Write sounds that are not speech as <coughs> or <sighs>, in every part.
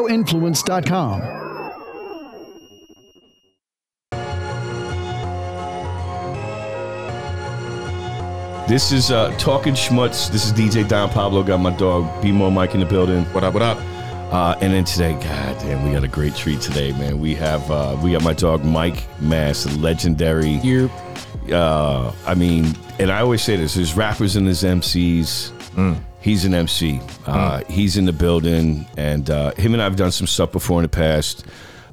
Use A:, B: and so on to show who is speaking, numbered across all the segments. A: radioinfluence.com.
B: This is uh, Talking Schmutz. This is DJ Don Pablo. Got my dog BMO Mike in the building.
C: What up? What up?
B: Uh, and then today, God damn, we got a great treat today, man. We have uh, we got my dog Mike Mass, legendary.
C: You.
B: Uh, I mean, and I always say this: there's rappers and there's MCs.
C: Mm.
B: He's an MC. Uh, He's in the building, and uh, him and I've done some stuff before in the past.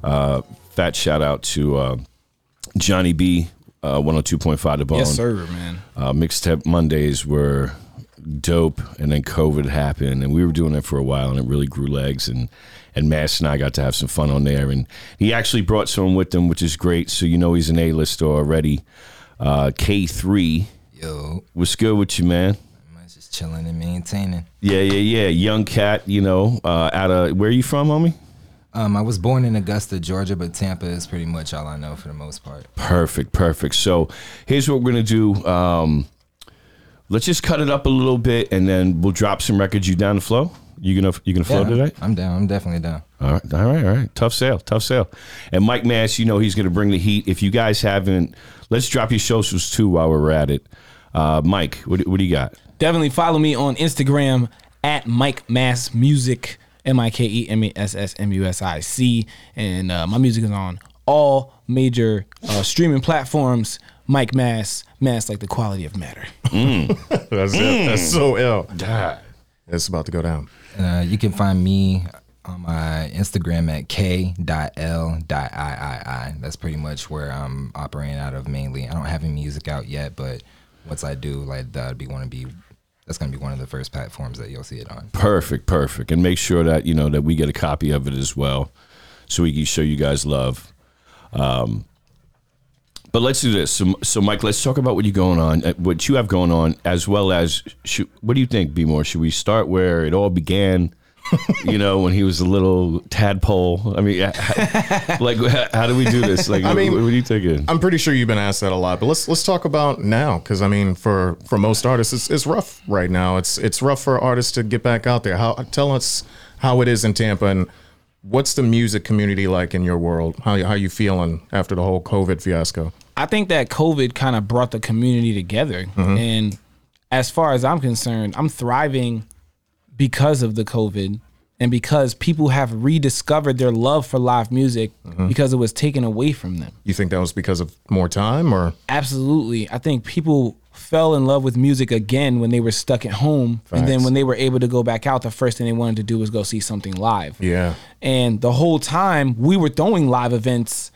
B: Uh, fat shout out to uh, Johnny B, uh, 102.5 The Bone.
C: Yes, sir, man.
B: Uh, mixtape Mondays were dope, and then COVID happened, and we were doing it for a while, and it really grew legs. and And Mass and I got to have some fun on there, and he actually brought someone with him, which is great. So you know he's an A lister already. Uh, K three,
D: Yo,
B: what's good with you, man?
D: mine's just Oh, chilling and maintaining.
B: Yeah, yeah, yeah. Young cat, you know, uh, out of where you from, homie?
D: Um, I was born in Augusta, Georgia, but Tampa is pretty much all I know for the most part.
B: Perfect, perfect. So here's what we're gonna do. Um, let's just cut it up a little bit, and then we'll drop some records. You down to flow? You gonna you gonna flow
D: Yeah,
B: today?
D: I'm down. I'm definitely down.
B: All right, all right, all right. Tough sale, tough sale. And Mike Mass, you know he's going to bring the heat. If you guys haven't, let's drop your socials too while we're at it. Uh, Mike, what, what do you got?
C: Definitely follow me on Instagram at Mike Mass Music, M I K E M E S S M U S I C. And uh, my music is on all major uh, streaming platforms. Mike Mass, Mass like the quality of matter.
E: That's
C: Mm.
E: it. That's so ill. It's about to go down.
D: Uh, you can find me on my Instagram at k.l.iii. That's pretty much where I'm operating out of mainly. I don't have any music out yet, but once I do, like that'd be one to be. That's gonna be one of the first platforms that you'll see it on.
B: Perfect, perfect. And make sure that you know that we get a copy of it as well, so we can show you guys love. Um, but let's do this. So, so, Mike, let's talk about what you going on, uh, what you have going on, as well as should, what do you think, B more? Should we start where it all
C: <laughs>
B: began? you know, when he was a little tadpole. I mean, h-
C: <laughs>
B: h- like, h- how do we do this? Like, I
E: mean-
B: what, what are you thinking?
E: I'm pretty sure you've been asked that a lot, but let's let's talk about now because I mean, for for most artists, it's, it's rough right now. It's it's rough for artists to get back out there. How tell us how it is in Tampa and what's the music community like in your world? How you- how you feeling after the whole COVID fiasco?
C: I think that COVID kind of brought the community together. And as far as I'm concerned, I'm thriving because of the COVID and because people have rediscovered their love for live music because it was taken away from them.
E: You think that was because of more time or
C: Absolutely. I think people fell in love with music again when they were stuck at home. And then
E: Facts.
C: when they were able to go back out, the first thing they wanted to do was go see something live.
E: yeah?
C: And the whole time we were throwing live events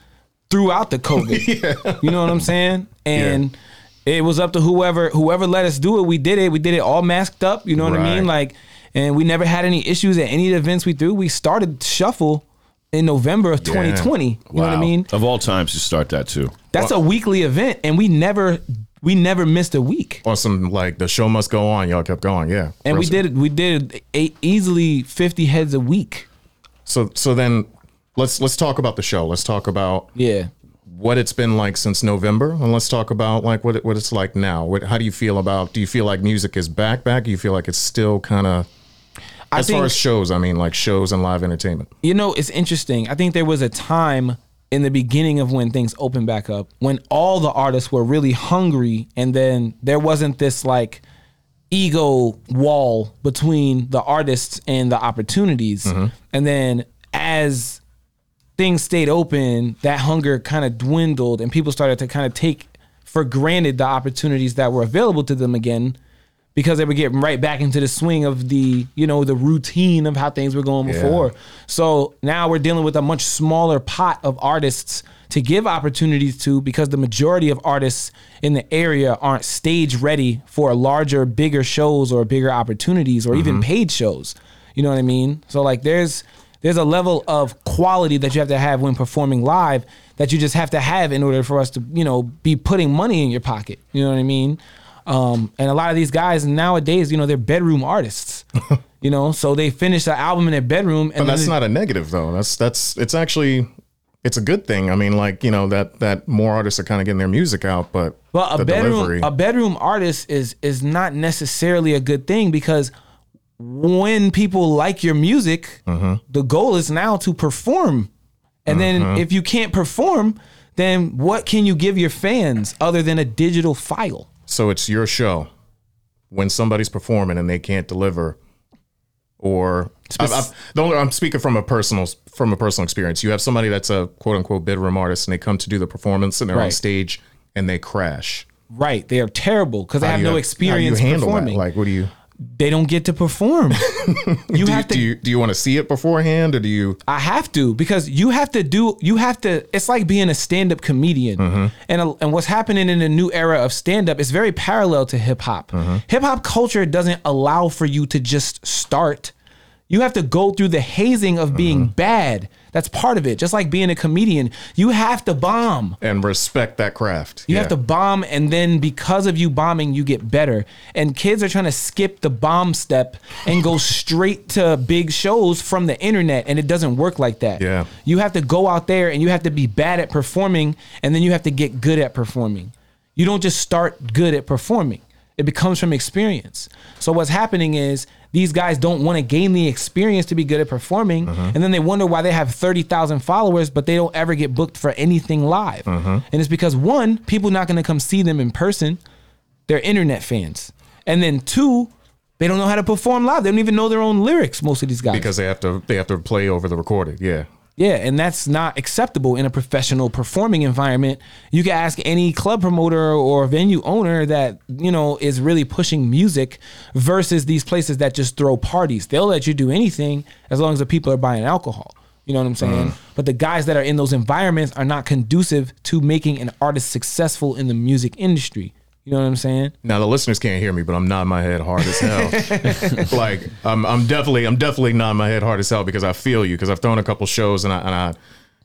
C: throughout the
E: <laughs>
C: COVID. You know what I'm saying? And it was up to whoever whoever let us do it. We did it. We did it all masked up. You know what I mean?
E: Right.
C: Like, and we never had any issues at any of the events we threw. We started shuffle in November of 2020. You know what I mean?
B: Of all times to start that too.
C: That's a weekly event, and we never we never missed a week.
E: Or some like the show must go on. Y'all kept going, yeah.
C: And we
E: Real-
C: did we did eight, easily 50 heads a week.
E: So so then let's let's talk about the show. Let's talk about
C: Yeah.
E: what it's been like since November, and let's talk about like what it, what it's like now. What how do you feel about? Do you feel like music is back? Back? Do you feel like it's still kind of
C: I
E: as far as shows? I mean, like shows and live entertainment.
C: You know, it's interesting. I think there was a time in the beginning of when things opened back up when all the artists were really hungry, and then there wasn't this like ego wall between the artists and the opportunities. And then as things stayed open, that hunger kind of dwindled, and people started to kind of take for granted the opportunities that were available to them again because they were getting right back into the swing of the you know the routine of how things were going before so now we're dealing with a much smaller pot of artists to give opportunities to because the majority of artists in the area aren't stage ready for larger bigger shows or bigger opportunities or even paid shows you know what i mean so like there's there's a level of quality that you have to have when performing live that you just have to have in order for us to you know be putting money in your pocket you know what i mean um, and a lot of these guys nowadays you know they're bedroom
E: <laughs>
C: artists you know so they finish the album in their bedroom and
E: But
C: then
E: that's
C: they-
E: not a negative though. That's that's it's actually it's a good thing. I mean, like you know that that more artists are kind of getting their music out, but
C: But a
E: the
C: bedroom
E: delivery.
C: a bedroom artist is is not necessarily a good thing because when people like your music,
E: Mm-hmm.
C: the goal is now to perform. And then
E: Mm-hmm.
C: if you can't perform, then what can you give your fans other than a digital file?
E: So it's your show. When somebody's performing and they can't deliver, or I've, I've, the only, I'm speaking from a personal from a personal experience. You have somebody that's a quote unquote bedroom artist, and they come to do the performance, and they're on
C: Right.
E: stage and they crash.
C: Right. They are terrible because they
E: How
C: have
E: do you-
C: no
E: how do you
C: experience
E: handle that?
C: performing.
E: Like, what do you
C: they don't get to
E: <laughs>
C: perform. you
E: do? You,
C: have to
E: do you do you want to see it beforehand, or do you?
C: I have to because you have to do you have to it's like being a stand-up comedian. And a, and what's happening in the new era of stand-up is very parallel to hip hop. Hip hop culture doesn't allow for you to just start. You have to go through the hazing of being bad. That's part of it. Just like being a comedian, you have to bomb.
E: and respect that craft.
C: You
E: Yeah.
C: have to bomb, and then because of you bombing, you get better. And kids are trying to skip the bomb step and go straight to big shows from the internet, and it doesn't work like that.
E: Yeah.
C: You have to go out there and you have to be bad at performing, and then you have to get good at performing. You don't just start good at performing, it becomes from experience. So, what's happening is these guys don't want to gain the experience to be good at performing,
E: Uh-huh.
C: and then they wonder why they have 30,000 followers, but they don't ever get booked for anything live.
E: Uh-huh.
C: And it's because one, people not going to come see them in person, they're internet fans. And then two, they don't know how to perform live. They don't even know their own lyrics, most of these guys.
E: because they have to they have to play over the recorded. Yeah.
C: Yeah, and that's not acceptable in a professional performing environment. You can ask any club promoter or venue owner that, you know, is really pushing music versus these places that just throw parties. They'll let you do anything as long as the people are buying alcohol. You know what I'm saying? But the guys that are in those environments are not conducive to making an artist successful in the music industry. You know what I'm saying?
E: Now the listeners can't hear me, but I'm nodding my head hard as <laughs> hell. like I'm, I'm definitely, I'm definitely nodding my head hard as hell because I feel you. Because I've thrown a couple shows, and I, and I,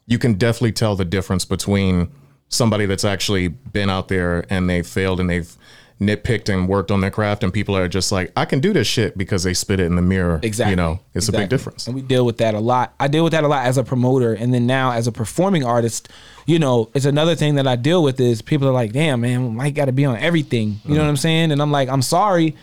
E: you can definitely tell the difference between somebody that's actually been out there and they failed and they've nitpicked and worked on their craft, and people are just like, I can do this shit because they spit it in the mirror.
C: Exactly.
E: You know, it's a big
C: Exactly.
E: difference.
C: And we deal with that a lot. I deal with that a lot as a promoter. And then now as a performing artist, you know, it's another thing that I deal with is people are like, damn, man, Mike got to be on everything. You
E: Mm-hmm.
C: know what I'm saying? And I'm like, I'm sorry.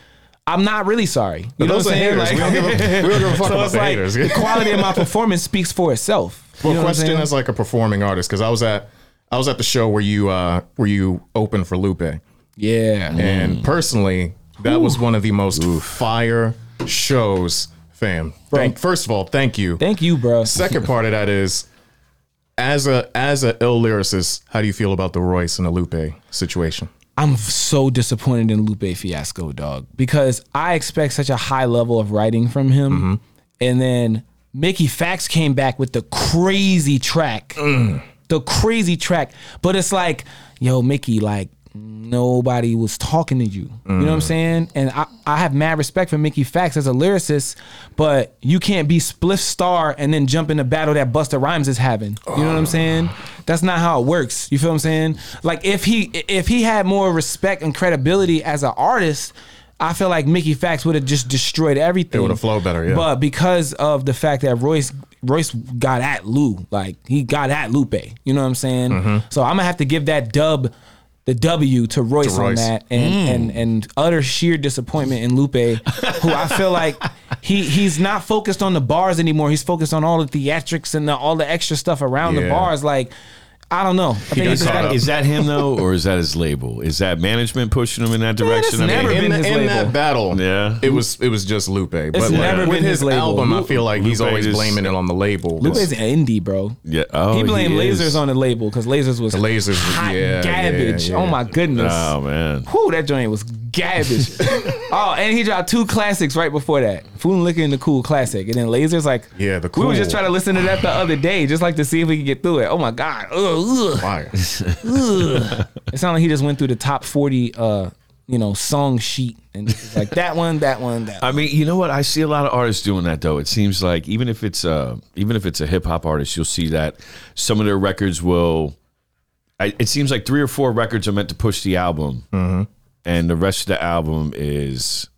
C: I'm not really sorry. You
E: But
C: know
E: those
C: what
E: are
C: I'm saying?
E: haters.
C: Like- <laughs>
E: we, don't give a, <laughs> we don't give a fuck
C: so
E: about
C: it's
E: the
C: like <laughs>
E: haters.
C: the quality of my
E: <laughs>
C: performance speaks for itself. You
E: Well,
C: know what I'm
E: question
C: saying?
E: as like a performing artist because I was at I was at the show where you uh where you opened for Lupe,
C: yeah.
E: and personally, that was one of the most fire shows, fam. Thank, first of all, thank you.
C: Thank you, bro.
E: Second part of that is as a as a ill lyricist, how do you feel about the Royce and the Lupe situation?
C: I'm so disappointed in Lupe Fiasco, dog, because I expect such a high level of writing from him.
E: Mm-hmm.
C: And then Mickey Fax came back with the crazy track.
E: Mm.
C: The crazy track. But it's like, yo, Mickey, like, nobody was talking to you. You know what I'm
E: Mm.
C: saying? And I, I have mad respect for Mickey Fax as a lyricist, but you can't be Spliff Star and then jump in a battle that Busta Rhymes is having. You know what I'm saying? That's not how it works. You feel what I'm saying? Like if he if he had more respect and credibility as an artist, I feel like Mickey Fax would have just destroyed everything.
E: It would've flowed better, yeah.
C: But uh, because of the fact that Royce Royce got at Lou, like he got at Lupe. You know what I'm saying? So I'm gonna have to give that dub the W to Royce,
E: Royce.
C: on that and, and and utter sheer disappointment in Lupe, who I feel like he he's not focused on the bars anymore. He's focused on all the theatrics and the, all the extra stuff around the
E: Yeah.
C: bars. Like I don't know. I think
B: Got
C: it's just
B: caught
C: gotta-
B: up. Is that him though, or is that his label? Is that management pushing him in that direction? I mean,
C: never
E: In,
C: been
E: the,
C: his
E: in
C: label.
E: that battle,
B: Yeah.
E: it was it was just Lupe. But like,
C: never been
E: with
C: his label.
E: album, I
C: Lu-
E: feel like he's
B: Lupe
E: always
B: just-
E: blaming it on the label.
C: Lupe's an indie, bro.
B: Yeah. Oh,
C: he blamed
B: he is.
C: lasers on the label because lasers was
E: Lasers,
C: hot
E: yeah,
C: garbage.
E: yeah, yeah.
C: Oh my goodness.
B: Oh man.
C: Whew, that joint was
E: <laughs>
C: garbage. oh, and he dropped two classics right before that. Food and Liquor and the Cool Classic. And then Lasers, like,
E: Yeah, the
C: We were just
E: Cool.
C: trying to listen to that the other day, just like to see if we could get through it. Oh my God. Ugh, ugh,
E: Fire.
C: ugh. it sounded like he just went through the top 40, uh, you know, song sheet. And it's like that one, that one, that one.
B: I mean, you know what? I see a lot of artists doing that though. It seems like even if it's a even if it's a hip hop artist, you'll see that some of their records will. I, it seems like three or four records are meant to push the album,
E: Mm-hmm.
B: and the rest of the album is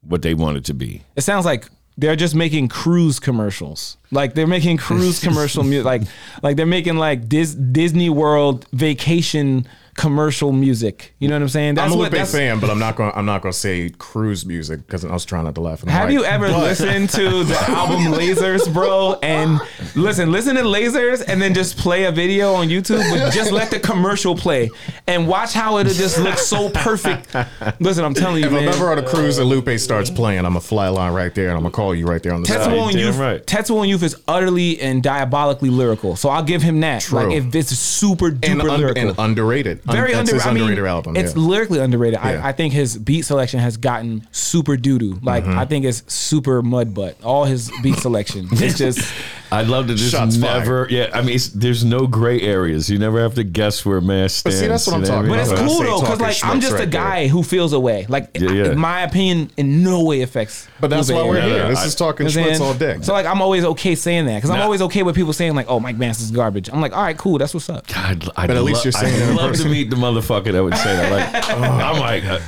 B: what they want it to be.
C: It sounds like they're just making cruise commercials. Like they're making
E: <laughs>
C: cruise commercial music. Like like they're making like Dis- Disney World vacation commercial music. You know what I'm saying? That's
E: I'm a
C: what.
E: Lupe
C: That's,
E: fan, but I'm not going. to I'm not going to say cruise music because I was trying not to laugh. in the
C: have
E: mic.
C: you ever listened
B: <laughs>
C: to the album Lasers, bro? And listen, listen to Lasers, and then just play a video on YouTube. But just let the commercial play, and watch how it'll just look so perfect. Listen, I'm telling you,
E: If I'm
C: man.
E: ever on a cruise and Lupe starts playing, I'm a fly line right there, and I'm gonna call you right there on the
C: Tetsuo
E: side.
C: and
B: damn
C: Youth,
B: right.
C: Tetsuo and Youth is utterly and diabolically lyrical. So I'll give him that.
E: True.
C: Like if this is super duper
E: And, under,
C: lyrical.
E: and underrated. Un-
C: very
E: that's
C: underrated.
E: his
C: I mean,
E: underrated album.
C: It's
E: yeah.
C: lyrically underrated.
E: Yeah.
C: I, I think his beat selection has gotten super doo doo. Like
E: Mm-hmm.
C: I think it's super mud butt. All his beat selection.
E: <laughs>
C: it's just
B: I love that
E: Shots
B: there's
E: fired.
B: never, yeah. I mean, it's, there's no gray areas. You never have to guess where a man stands.
E: see, that's what I'm
B: you know
E: talking
B: I
C: But
B: mean?
C: it's
E: That's
C: cool
E: what I
C: though,
E: say,
C: because
E: talking
C: like I'm
E: schmucks
C: just a
E: right
C: guy who feels a way. Like
B: Yeah,
C: I-
B: yeah.
C: my opinion in no way affects.
E: But that's
C: Lupe
E: why we're
C: Ayala.
B: Yeah,
E: here.
B: yeah,
E: This
B: I-
E: is talking
C: You know what I'm
E: Schmitz
C: saying?
E: all day.
C: So like I'm always okay saying that because I'm
B: Nah.
C: always okay with people saying like, "Oh, Mike Manson's garbage." I'm like, "All right, cool, that's what's up."
B: I'd, I'd
E: But at least
B: lo-
E: you're saying
B: I'd
E: it in
B: love
E: person.
B: to meet the motherfucker that would say that.
E: <laughs>
B: Like, I'm like, uh,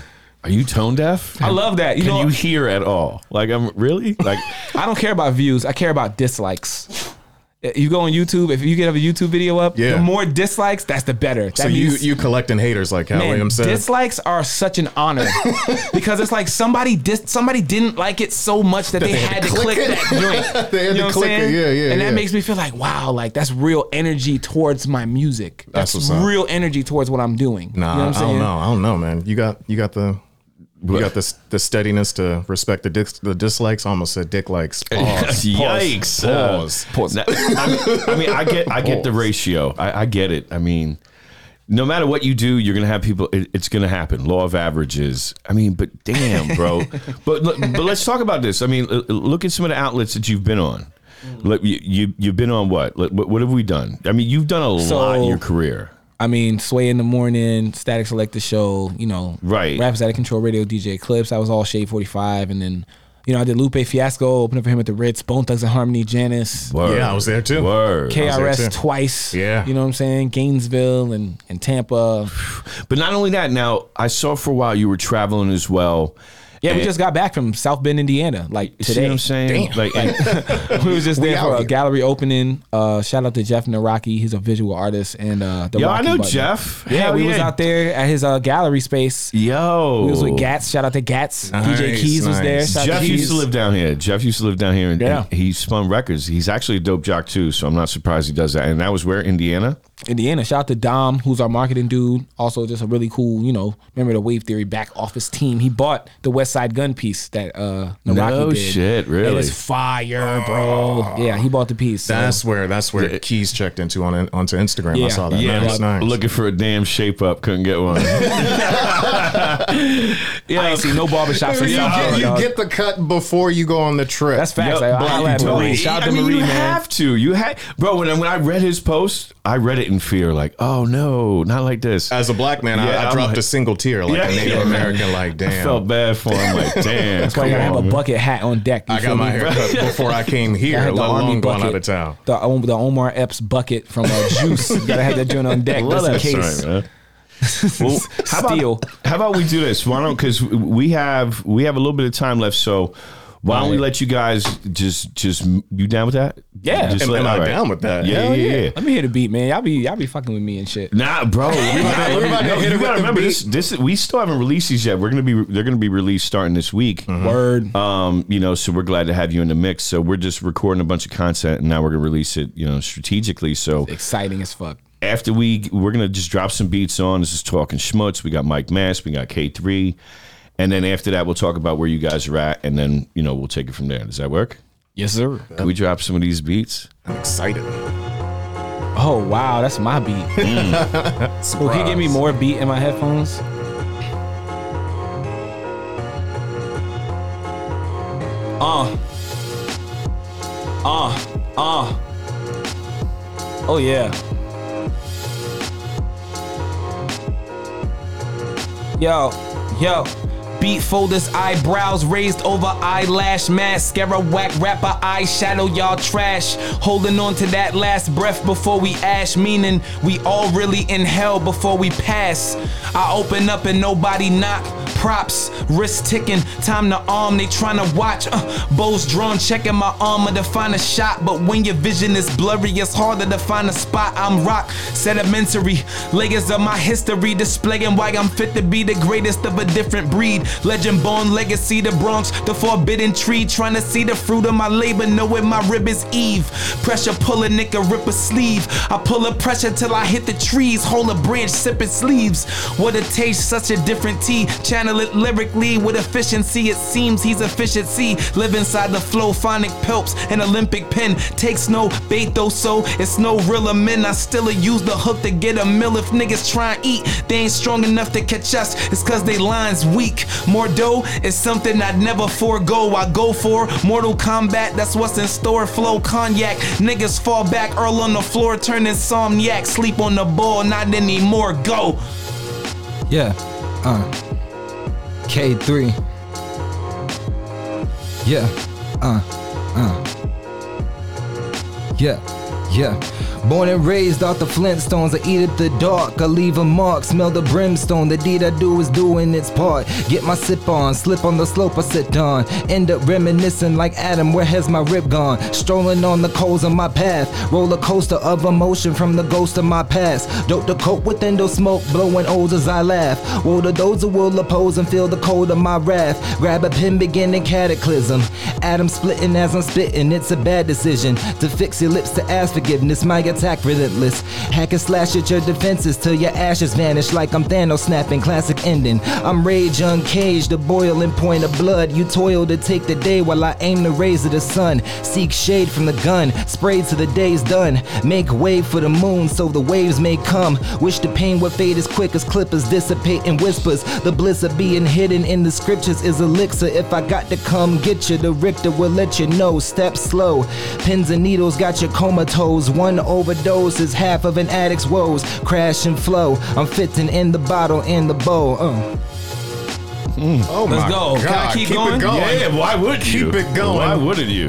B: are you tone deaf?
C: I love that. You
B: Can
C: know,
B: you hear at all? Like, I'm really like,
C: I don't care about views. I care about dislikes. You go on YouTube. If you get a YouTube video up,
E: Yeah.
C: the more dislikes, that's the better. That
E: so you
C: means,
E: you collecting haters like how
C: man,
E: William said.
C: dislikes are such an
E: <laughs>
C: honor because it's like somebody dis- somebody didn't like it so much that, they, had, to click,
E: it.
C: that
E: <laughs>
C: joint.
E: They had to
C: what I'm
E: click it.
C: saying?
E: Yeah, yeah,
C: And
E: yeah.
C: that makes me feel like wow, like that's real energy towards my music.
E: That's
C: That's,
E: what's up.
C: real energy towards what I'm doing.
E: nah,
C: you know what I'm
E: I
C: saying?
E: don't know. I don't know, man. You got you got the. You
B: But-
E: got this the steadiness to respect the dis- the dislikes. I almost said
C: <laughs>
E: dick likes. Pause.
B: yikes. uh,
E: Pause.
B: Now, I, mean, I mean, I get, I get the ratio. I, I get it. I mean, no matter what you do, you're gonna have people. It, it's gonna happen. Law of averages. I mean, but damn, bro. but look- but let's talk about this. I mean, l- l- look at some of the outlets that you've been on. Look, you, you you've been on what? Like, What, what have we done? I mean, you've done a lot in your career.
C: I mean, Sway in the Morning, Static Select the Show, you know,
B: Right.
C: Raps Out of Control Radio, DJ Clips. I was all Shade 45. And then, you know, I did Lupe Fiasco, opening for him at the Ritz, Bone Thugs and Harmony, Janice,
B: Word.
E: Yeah, I was there too.
B: Word.
E: too.
C: KRS twice.
E: Yeah.
C: You know what I'm saying? Gainesville and, and Tampa.
B: But not only that. Now I saw for a while you were traveling as well.
C: Yeah, we
B: And-
C: just got back from South Bend, Indiana, like
B: You see what
C: today.
B: I'm saying? Like, and-
C: we
B: <laughs>
C: was just there
E: out
C: for a
E: here.
C: gallery opening. Uh, shout out to Jeff Naraki. He's a visual artist. And uh, the
B: yo, I
C: Rocky
B: know
C: Button.
B: Jeff.
C: Yeah,
B: Hell
C: we was out there at his uh, gallery space.
B: Yo,
C: He was with Gats. Shout out to Gats. DJ
E: Nice,
C: Keys was
E: nice.
C: there. Shout out
B: Jeff
C: to
B: used
C: Keys.
B: to live down here. Jeff used to live down here, and,
C: Yeah.
B: and he spun records. He's actually a dope jock too, so I'm not surprised he does that. And that was where Indiana.
C: Indiana. Shout out to Dom, who's our marketing dude. Also, just a really cool, you know, member of the Wave Theory back office team. He bought the West Side Gun piece that uh Naraki
B: No
C: did.
B: shit, really?
C: It is fire, bro. Yeah, he bought the piece. so-
E: That's where that's where Keys checked into on onto Instagram. I
C: Yeah.
E: saw that. Yeah, nice,
B: lo-
E: nice.
B: looking for a damn shape up, couldn't get
C: <laughs>
B: one. <laughs>
C: I ain't seen no barbershops in
E: you,
C: South
E: get,
C: Florida,
E: you
C: dog.
E: get the cut before you go on the trip.
C: That's facts.
B: Yup,
C: I, I
B: but
C: holla at
B: you
C: Marie.
B: don't-
C: Shout
B: I
C: out to
B: mean,
C: Marie,
B: you
C: man.
B: have to. You had, bro. When I, when I read his post, I read it in fear. Like, oh no, not like this. I
E: As a black man,
B: Yeah,
E: I, I
B: I'm
E: dropped
B: like-
E: a single tear like a
B: Yeah.
E: Native American. Like, damn,
B: felt bad for him.
C: <laughs>
B: Like, damn.
C: That's why you
B: come
C: gotta have
B: on,
C: a
B: man.
C: bucket hat on deck. you
E: I
C: feel
E: got my
C: me?
E: hair cut before I came
C: I
E: here,
C: had the
E: let
C: army
E: alone going
C: bucket,
E: out of town.
C: The, Om- the Omar Epps bucket from uh, Juice. you gotta have that joint on deck just in
B: That's
C: case.
B: right, man. Well, <laughs> how about
C: Steal.
B: how about we do this? Why don't? Because we have we have a little bit of time left, so why don't we let you guys just just you down with that?
C: Yeah.
B: just
E: Am-
B: let-
E: am I
B: all
E: down with that?
B: Yeah,
E: Hell
B: yeah, yeah.
C: Let me hear the beat, man. Y'all be y'all be fucking with me and shit.
B: Nah,
E: <laughs>
B: bro. We gotta-
E: we're about to
B: no,
E: hit it
B: you
E: with
B: gotta
E: the
B: remember
E: beat.
B: this. This we still haven't released these yet. We're gonna be they're gonna be released starting this week.
E: Mm-hmm.
C: Word.
B: Um, you know, so we're glad to have you in the mix. So we're just recording a bunch of content, and now we're gonna release it, you know, strategically. So
C: Exciting as fuck.
B: after we we're gonna just drop some beats on. This is talking schmutz. We got Mike Mass, we got K three, and then after that we'll talk about where you guys are at, and then you know we'll take it from there. Does that work?
C: Yes, sir.
B: Can we drop some of these beats?
E: I'm excited.
C: Oh wow, that's my beat. Well, can you give me more beat in my headphones? Uh. Uh. Uh. Oh yeah. Yo, yo. Beat folders, eyebrows raised over eyelash mascara, whack rapper, eyeshadow, y'all trash. Holding on to that last breath before we ash, meaning we all really inhale before we pass. I open up and nobody knock. props, wrist ticking, time to arm. They tryna watch. Uh, bows drawn, checking my armor to find a shot. But when your vision is blurry, it's harder to find a spot. I'm rock sedimentary, layers of my history displaying why I'm fit to be the greatest of a different breed. Legend born, legacy, the Bronx, the forbidden tree. Trying to see the fruit of my labor, knowing my rib is Eve. Pressure pulling, nigga, rip a sleeve. I pull a pressure till I hit the trees. Hold a branch, sip its leaves. What a taste, such a different tea. Channel it lyrically with efficiency. It seems he's efficiency. Live inside the flow, phonic pelps, an Olympic pen. Takes no bait though, so it's no real men. I still use the hook to get a mill if niggas try and eat. They ain't strong enough to catch us. It's cause they lines weak. More dough is something I'd never forego. I go for Mortal Kombat, that's what's in store. Flow cognac. Niggas fall back, Earl on the floor, turn insomniac. Sleep on the ball, not anymore. Go.
D: Yeah. Uh, K3. Yeah. Uh, uh. Yeah. Yeah. Born and raised off the Flintstones, I eat at the dark, I leave a mark, smell the brimstone. The deed I do is doing its part. Get my sip on, slip on the slope I sit on. End up reminiscing like Adam, where has my rib gone? Strolling on the coals of my path, roller coaster of emotion from the ghost of my past. Dope the coat with endo smoke, blowing O's as I laugh. Woe to those who will oppose and feel the cold of my wrath. Grab a pen, beginning cataclysm. Adam splitting as I'm spitting, it's a bad decision to fix your lips to ask forgiveness. My attack relentless, hack and slash at your defenses till your ashes vanish like I'm Thanos snapping. Classic ending. I'm rage uncaged, the boiling point of blood. You toil to take the day while I aim the rays of the sun. Seek shade from the gun, sprayed till the day's done. Make way for the moon so the waves may come. Wish the pain would fade as quick as clippers dissipate in whispers. The bliss of being hidden in the scriptures is elixir. If I got to come get you, the Richter will let you know. Step slow. Pins and needles got your comatose. One overdose is half of an addict's woes. Crash and flow. I'm fitting in the bottle in the bowl. Uh.
E: Oh
C: Let's
E: my
C: go.
E: God.
C: Can I keep
E: keep
C: going?
E: it going.
B: Yeah, why would you?
E: Oh, Keep it going. Uh,
B: Why wouldn't you?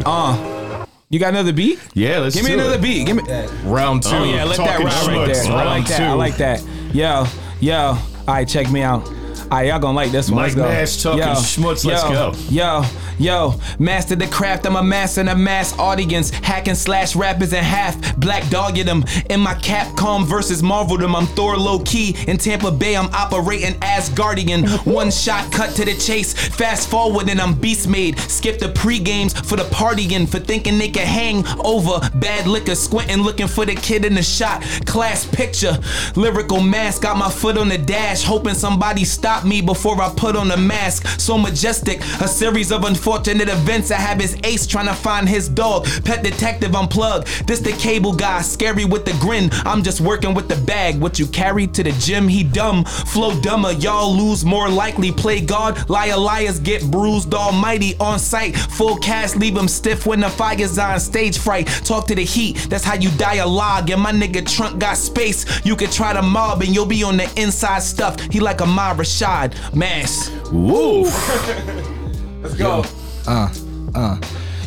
C: You got another beat?
B: yeah, let's
C: Give me
B: do
C: another
B: it.
C: beat. Give me.
E: Round two.
C: Oh yeah, let that
E: Talking
C: ride right
E: Schmutz,
C: there. I
E: round
C: like that. I
E: two.
C: like that. Yo, yo. All right, check me out. All right, y'all gonna like this one.
B: Mike
C: let's go.
B: Nash talking schmutz. Let's
C: yo,
B: go.
C: Yo, yo, master the craft. I'm a mass and a mass audience. Hack and slash rappers in half. Black dogging them. In my Capcom versus Marvel them. I'm Thor low key. In Tampa Bay, I'm operating as Guardian. One shot cut to the chase. Fast forward and I'm beast made. Skip the pre games for the partying. For thinking they can hang over. Bad liquor squinting, looking for the kid in the shot. Class picture. Lyrical mask. Got my foot on the dash. Hoping somebody stop me before I put on the mask. So majestic. A series of unfortunate events. I have his ace trying to find his dog. Pet detective unplugged. This the cable guy, scary with the grin. I'm just working with the bag. What you carry to the gym, he dumb. Flow dumber, y'all lose more likely. Play God, liar liars get bruised almighty on sight. Full cast, leave him stiff when the fire's on. Stage fright, talk to the heat. That's how you dialogue. And my nigga Trunk got space. You could try to mob and you'll be on the inside stuff. He like a Ma Rashad. Mass.
B: Woof.
C: Let's go.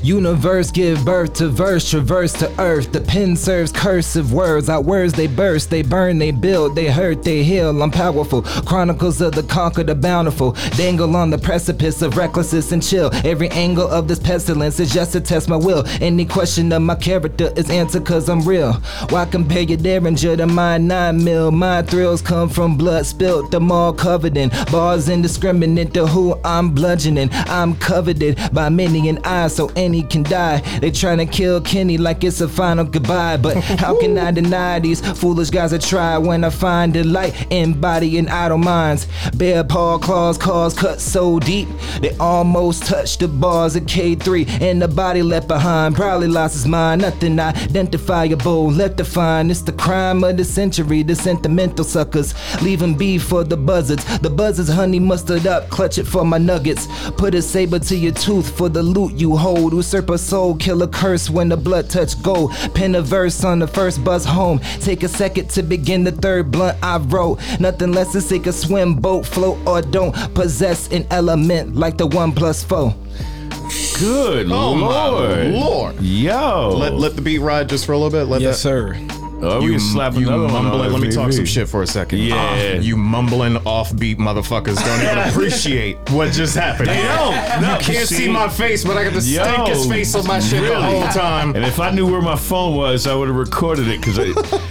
D: Universe give birth to verse, traverse to earth. The pen serves cursive words. Out words they burst, they burn, they build, they hurt, they heal. I'm powerful. Chronicles of the conquered, the bountiful. Dangle on the precipice of recklessness and chill. Every angle of this pestilence is just to test my will. Any question of my character is answered cause I'm real. Why compare your derringer to my nine mil? My thrills come from blood spilt, them all covered in. Bars indiscriminate to who I'm bludgeoning. I'm coveted by many and I, so any can die. They tryna kill Kenny like it's a final goodbye. But how can I deny these foolish guys I try when I find delight in body and idle minds? Bare paw claws, claws cut so deep, they almost touch the bars of K3. And the body left behind probably lost his mind. Nothing identifiable left to find. It's the crime of the century, the sentimental suckers. Leaving beef for the buzzards. The buzzards, honey, mustard up, clutch it for my nuggets. Put a saber to your tooth for the loot you hold. Usurp a soul, kill a curse when the blood touch gold. Pen a verse on the first bus home. Take a second to begin the third blunt I wrote. Nothing less than sick a swim, boat, float, or don't possess an element like the one plus four.
B: Good
E: Oh my
B: lord.
E: lord.
B: Yo.
E: Let, let the beat ride just for a little bit. Let
C: Yes,
E: that,
C: sir.
B: Oh, we can slap
E: you
B: another one on
E: mumbling. Let me talk
B: FPV.
E: some
B: <laughs>
E: shit for a second.
B: Yeah.
E: Ah, you mumbling offbeat motherfuckers don't even appreciate what just happened. They
B: don't. No,
E: you can't
B: see-
E: see, my face, but I got the
B: Yo,
E: stinkest face on my shit the
B: really?
E: whole time.
B: And if I knew where my phone was, I would have recorded it because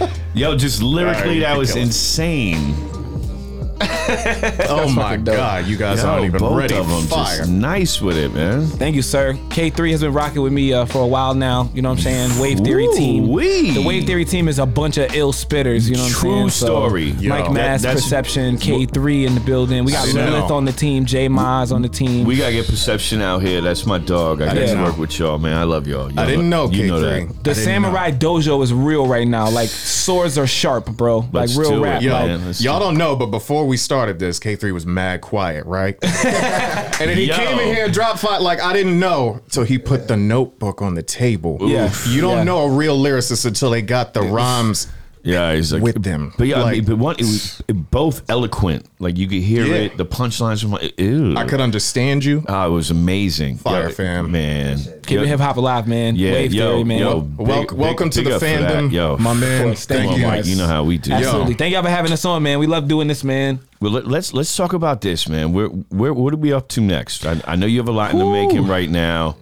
E: <laughs>
B: I, yo, just lyrically,
E: Alright,
B: that was
E: kill it.
B: insane.
E: oh my god, you guys aren't
B: Yo,
E: even
B: both
E: ready.
B: of them
E: Fire.
B: just nice with it, man.
C: Thank you, sir. K3 has been rocking with me uh, for a while now. You know what I'm saying? Wave Theory team.
B: Ooh-wee.
C: The Wave Theory team is a bunch of ill spitters. You know what I'm saying?
B: True
C: So,
B: story. Yo.
C: Mike
B: That-
C: Mass,
B: that's-
C: Perception, K3 in the building. We got
E: I know.
C: Lilith on the team, J Mize on the team.
B: We gotta get perception out here. That's my dog. I got
C: didn't
B: to
E: know.
B: work with y'all, man. I love y'all.
E: I
B: Y'all
E: didn't know,
B: You
E: K3.
B: know that.
E: I
C: the
E: didn't
C: samurai dojo is real right now. Like swords are sharp, bro.
B: Let's
C: like real
B: do it.
C: rap.
E: Yo,
C: Like,
B: Man, let's
E: y'all
B: do
E: don't know, but before we started this, K3 was mad quiet,
B: <laughs>
E: right? and then he
B: Yo.
E: came in here and dropped five, like, I didn't know. So he put the notebook on the table.
C: Yeah.
E: You don't
C: Yeah.
E: know a real lyricist until they got the rhymes.
B: Yeah, he's like
E: With them.
B: But yeah, I
E: Like-
B: mean, but one, it was it both eloquent. Like you could hear
E: Yeah.
B: it. The punchlines from like, ew.
E: I could understand you.
B: Ah, it was amazing.
E: Fire,
B: Yo,
E: fam.
B: man.
C: keep it hip hop alive, man.
B: Yeah,
C: Wave
B: yo,
C: Theory, man.
B: yo,
E: Wel- welcome to the
B: up for that.
E: fandom,
B: yo,
E: my man.
B: Of course,
E: Thank
B: come on,
E: you.
B: Mike, you know how we do.
C: Absolutely.
E: Yo.
C: Thank y'all for having us on, man. We love doing this, man.
B: Well, let, let's let's talk about this, man. Where where what are we up to next? I, I know you have a lot in the making right now,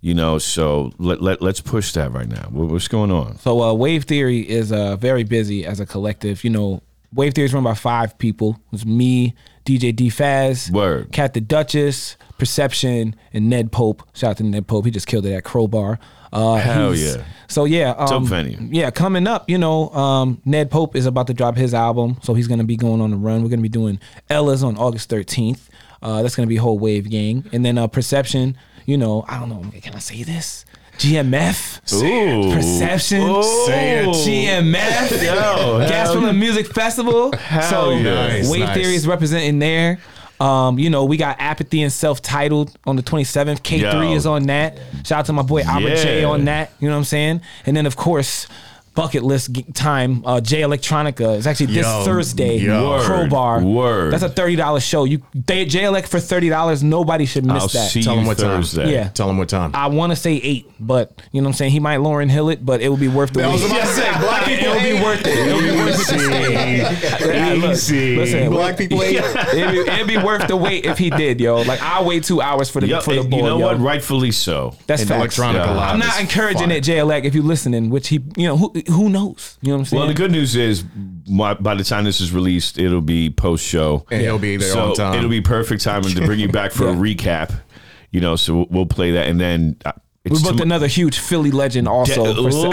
B: you know. So let let let's push that right now. What, what's going on?
C: So uh, Wave Theory is uh, very busy as a collective. You know, Wave Theory is run by five people. It's me, DJ D Faz,
B: Word.
C: Cat the Duchess, Perception, and Ned Pope. Shout out to Ned Pope. He just killed it at Crowbar. Uh,
B: Hell
C: he's-
B: yeah.
C: So yeah, um,
B: Dope venue.
C: Yeah, coming up, you know, um, Ned Pope is about to drop his album, so he's gonna be going on the run. We're gonna be doing Ella's on August thirteenth. Uh, that's gonna be whole wave gang, and then uh, Perception. You know, I don't know. Can I say this? GMF.
B: Ooh,
C: Perception.
B: Ooh.
E: Say it.
C: GMF.
B: Yo, hell
C: Gasparilla Music Festival. so
B: yeah.
E: Nice,
C: Wave
E: nice.
C: Theory is representing there. Um, you know, we got Apathy and Self Titled on the 27th. K3
B: Yo.
C: is on that. Shout out to my boy Abba J
B: Yeah.
C: on that. You know what I'm saying? And then, of course, Bucket List g- Time, uh, J Electronica. It's actually this
E: Yo.
C: Thursday.
E: Yo. Word.
C: Crowbar.
B: Word.
C: That's a $30 show. You they, J Elect for $30. Nobody should miss
B: I'll
C: that.
B: see
E: Tell
B: you
E: him what time.
B: Thursday.
C: Yeah.
E: Tell him what time.
C: I want to say eight, but you know what I'm saying? He might Lauren Hill it, but it would be worth the
E: I
C: wait.
E: was about to say,
B: <laughs>
E: black people
C: It'll be worth it. It'll be worth it. <laughs> Yeah, look,
E: Easy.
C: listen,
E: <laughs> black people
B: <laughs>
C: <laughs>
E: hate.
C: it'd, be, it'd be worth the wait if he did, yo. Like I'll wait two hours for the
B: Yo,
C: for the
B: and
C: boy.
B: you know
C: yo.
B: what? Rightfully so.
C: That's facts.
E: electronic
B: Yeah.
E: alive.
C: I'm not
E: is
C: encouraging
E: fire.
C: it, JLEC, if you're listening, which he, you know, who who knows? You know what I'm saying?
B: Well, the good news is, my, by the time this is released, it'll be post show,
E: And he'll be there on time.
B: It'll be perfect timing to bring you back
C: <laughs>
B: for a recap. You know, so we'll, we'll play that, and then uh, it's
C: we booked
B: tomo-
C: another huge Philly legend also. for
B: Ooh, <laughs>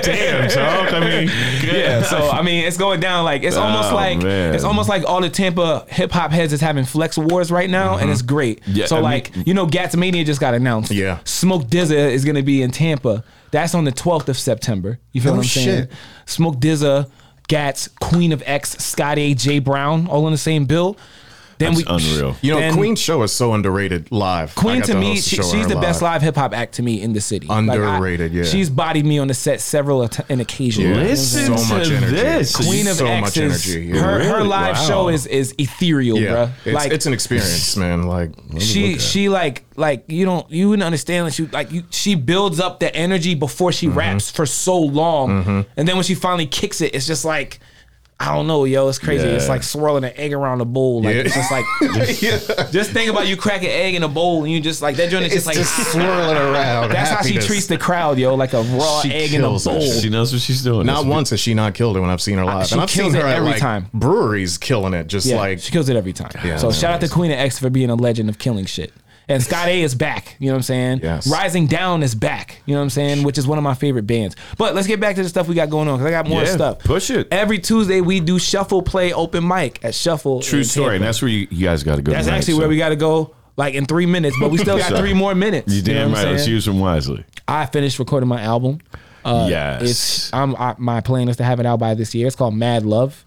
B: damn, talk. I mean,
C: yeah. So I mean, it's going down. Like it's almost
B: Oh,
C: like
B: man.
C: it's almost like all the Tampa hip hop heads is having flex wars right now, and it's
E: Mm-hmm.
C: great.
B: Yeah,
C: so
B: I mean-
C: like you know, Gatsmania just got announced.
E: Yeah.
C: Smoke Dizza is going to be in Tampa. That's on the 12th of September. You feel
E: No
C: what I'm saying?
E: Oh, shit.
C: Smoke Dizza, Gats, Queen of X, Scott A. J. Brown, all on the same bill. Then
B: That's unreal.
E: You know,
C: then-
E: Queen's show is so underrated live. I
C: Queen
E: got
C: to me,
E: host
C: she,
E: show
C: she's
E: her
C: the best live hip hop act to me in the city. Like, I-
E: Underrated, yeah.
C: She's bodied me on the set several att- an occasion.
E: Yeah.
B: listen
E: So much
B: to
E: energy.
B: this.
C: Queen of
E: So
C: X
E: much
C: is-
E: energy, yeah.
C: Her, her
B: Really?
C: live
B: Wow.
C: show is is ethereal,
E: Yeah,
C: bruh.
E: it's,
C: like
E: it's an <laughs> experience, man. Like
C: she she like like you don't you wouldn't understand that she like you she builds up the energy before she
E: Mm-hmm.
C: raps for so long, and then when she finally kicks it, it's just like. I don't know, yo. It's crazy. It's
B: Yeah.
C: like swirling an egg around a bowl. Like
E: Yeah.
C: it's just like,
E: <laughs>
C: just think about you crack an egg in a bowl and you just like that joint is
E: it's
C: just like. <laughs>
E: just swirling around.
C: that's how she
E: happiness.
C: treats the crowd, yo. Like a raw
E: She
C: egg in a bowl.
E: kills it.
B: She knows what she's doing.
E: Not
B: That's-
E: once has she not killed it when I've seen her live,
C: Uh, she
E: and I've seen
C: kills
E: her
C: it
E: at
C: every
E: like
C: time.
E: breweries killing it, just
C: Yeah,
E: like
C: she kills it every time.
E: Yeah,
C: so
E: no
C: shout out to Queen of X for being a legend of killing shit. And Scott A is back. You know what I'm saying?
E: Yes.
C: Rising Down is back. You know what I'm saying? Which is one of my favorite bands. But let's get back to the stuff we got going on because I got more
B: Yeah,
C: stuff.
B: push it.
C: Every Tuesday we do shuffle play open mic at Shuffle.
B: True
C: in
B: story, and
C: Tampa.
B: that's where you, you guys got to go.
C: That's
B: tonight,
C: actually
B: so.
C: where we got to go. Like in three minutes, but we still
B: <laughs>
C: got
B: So-
C: three more minutes.
B: You
C: know
B: damn
C: what I'm
B: right. Let's
C: saying?
B: use them wisely.
C: I finished recording my album. Uh,
B: Yes.
C: it's I'm I, my plan is to have it out by this year. It's called Mad Love.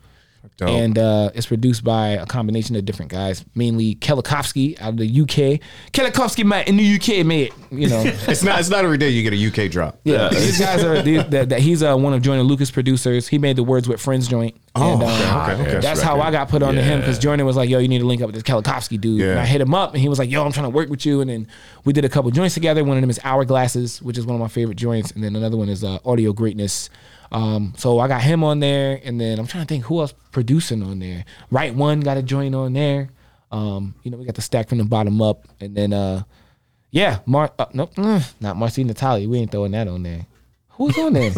E: Dope.
C: And uh, it's produced by a combination of different guys, mainly Kelikowski out of the UK. Kelikowski, mate, in the UK, mate. You know,
E: It's not. It's not every day you get a UK drop.
B: Yeah.
C: these guys are these, that, that he's uh, one of Jordan Lucas producers. He made the Words with Friends joint.
E: Oh,
C: and,
E: okay,
C: um,
E: okay, okay.
C: That's,
E: That's
C: how
B: record.
C: I got put onto him because
B: Yeah.
C: Jordan was like, "Yo, you need to link up with this Kelikowski dude." And
E: Yeah.
C: I hit him up, and he was like, "Yo, I'm trying to work with you." And then we did a couple joints together. One of them is Hourglasses, which is one of my favorite joints, and then another one is uh, Audio Greatness. Um, so I got him on there, and then I'm trying to think who else producing on there. Right One got a joint on there. Um, you know, we got the stack from the bottom up, and then uh, yeah, Mar. Uh, nope, mm, not Marcy Natalia. We ain't throwing that on there. Who's on
E: <laughs>
C: there?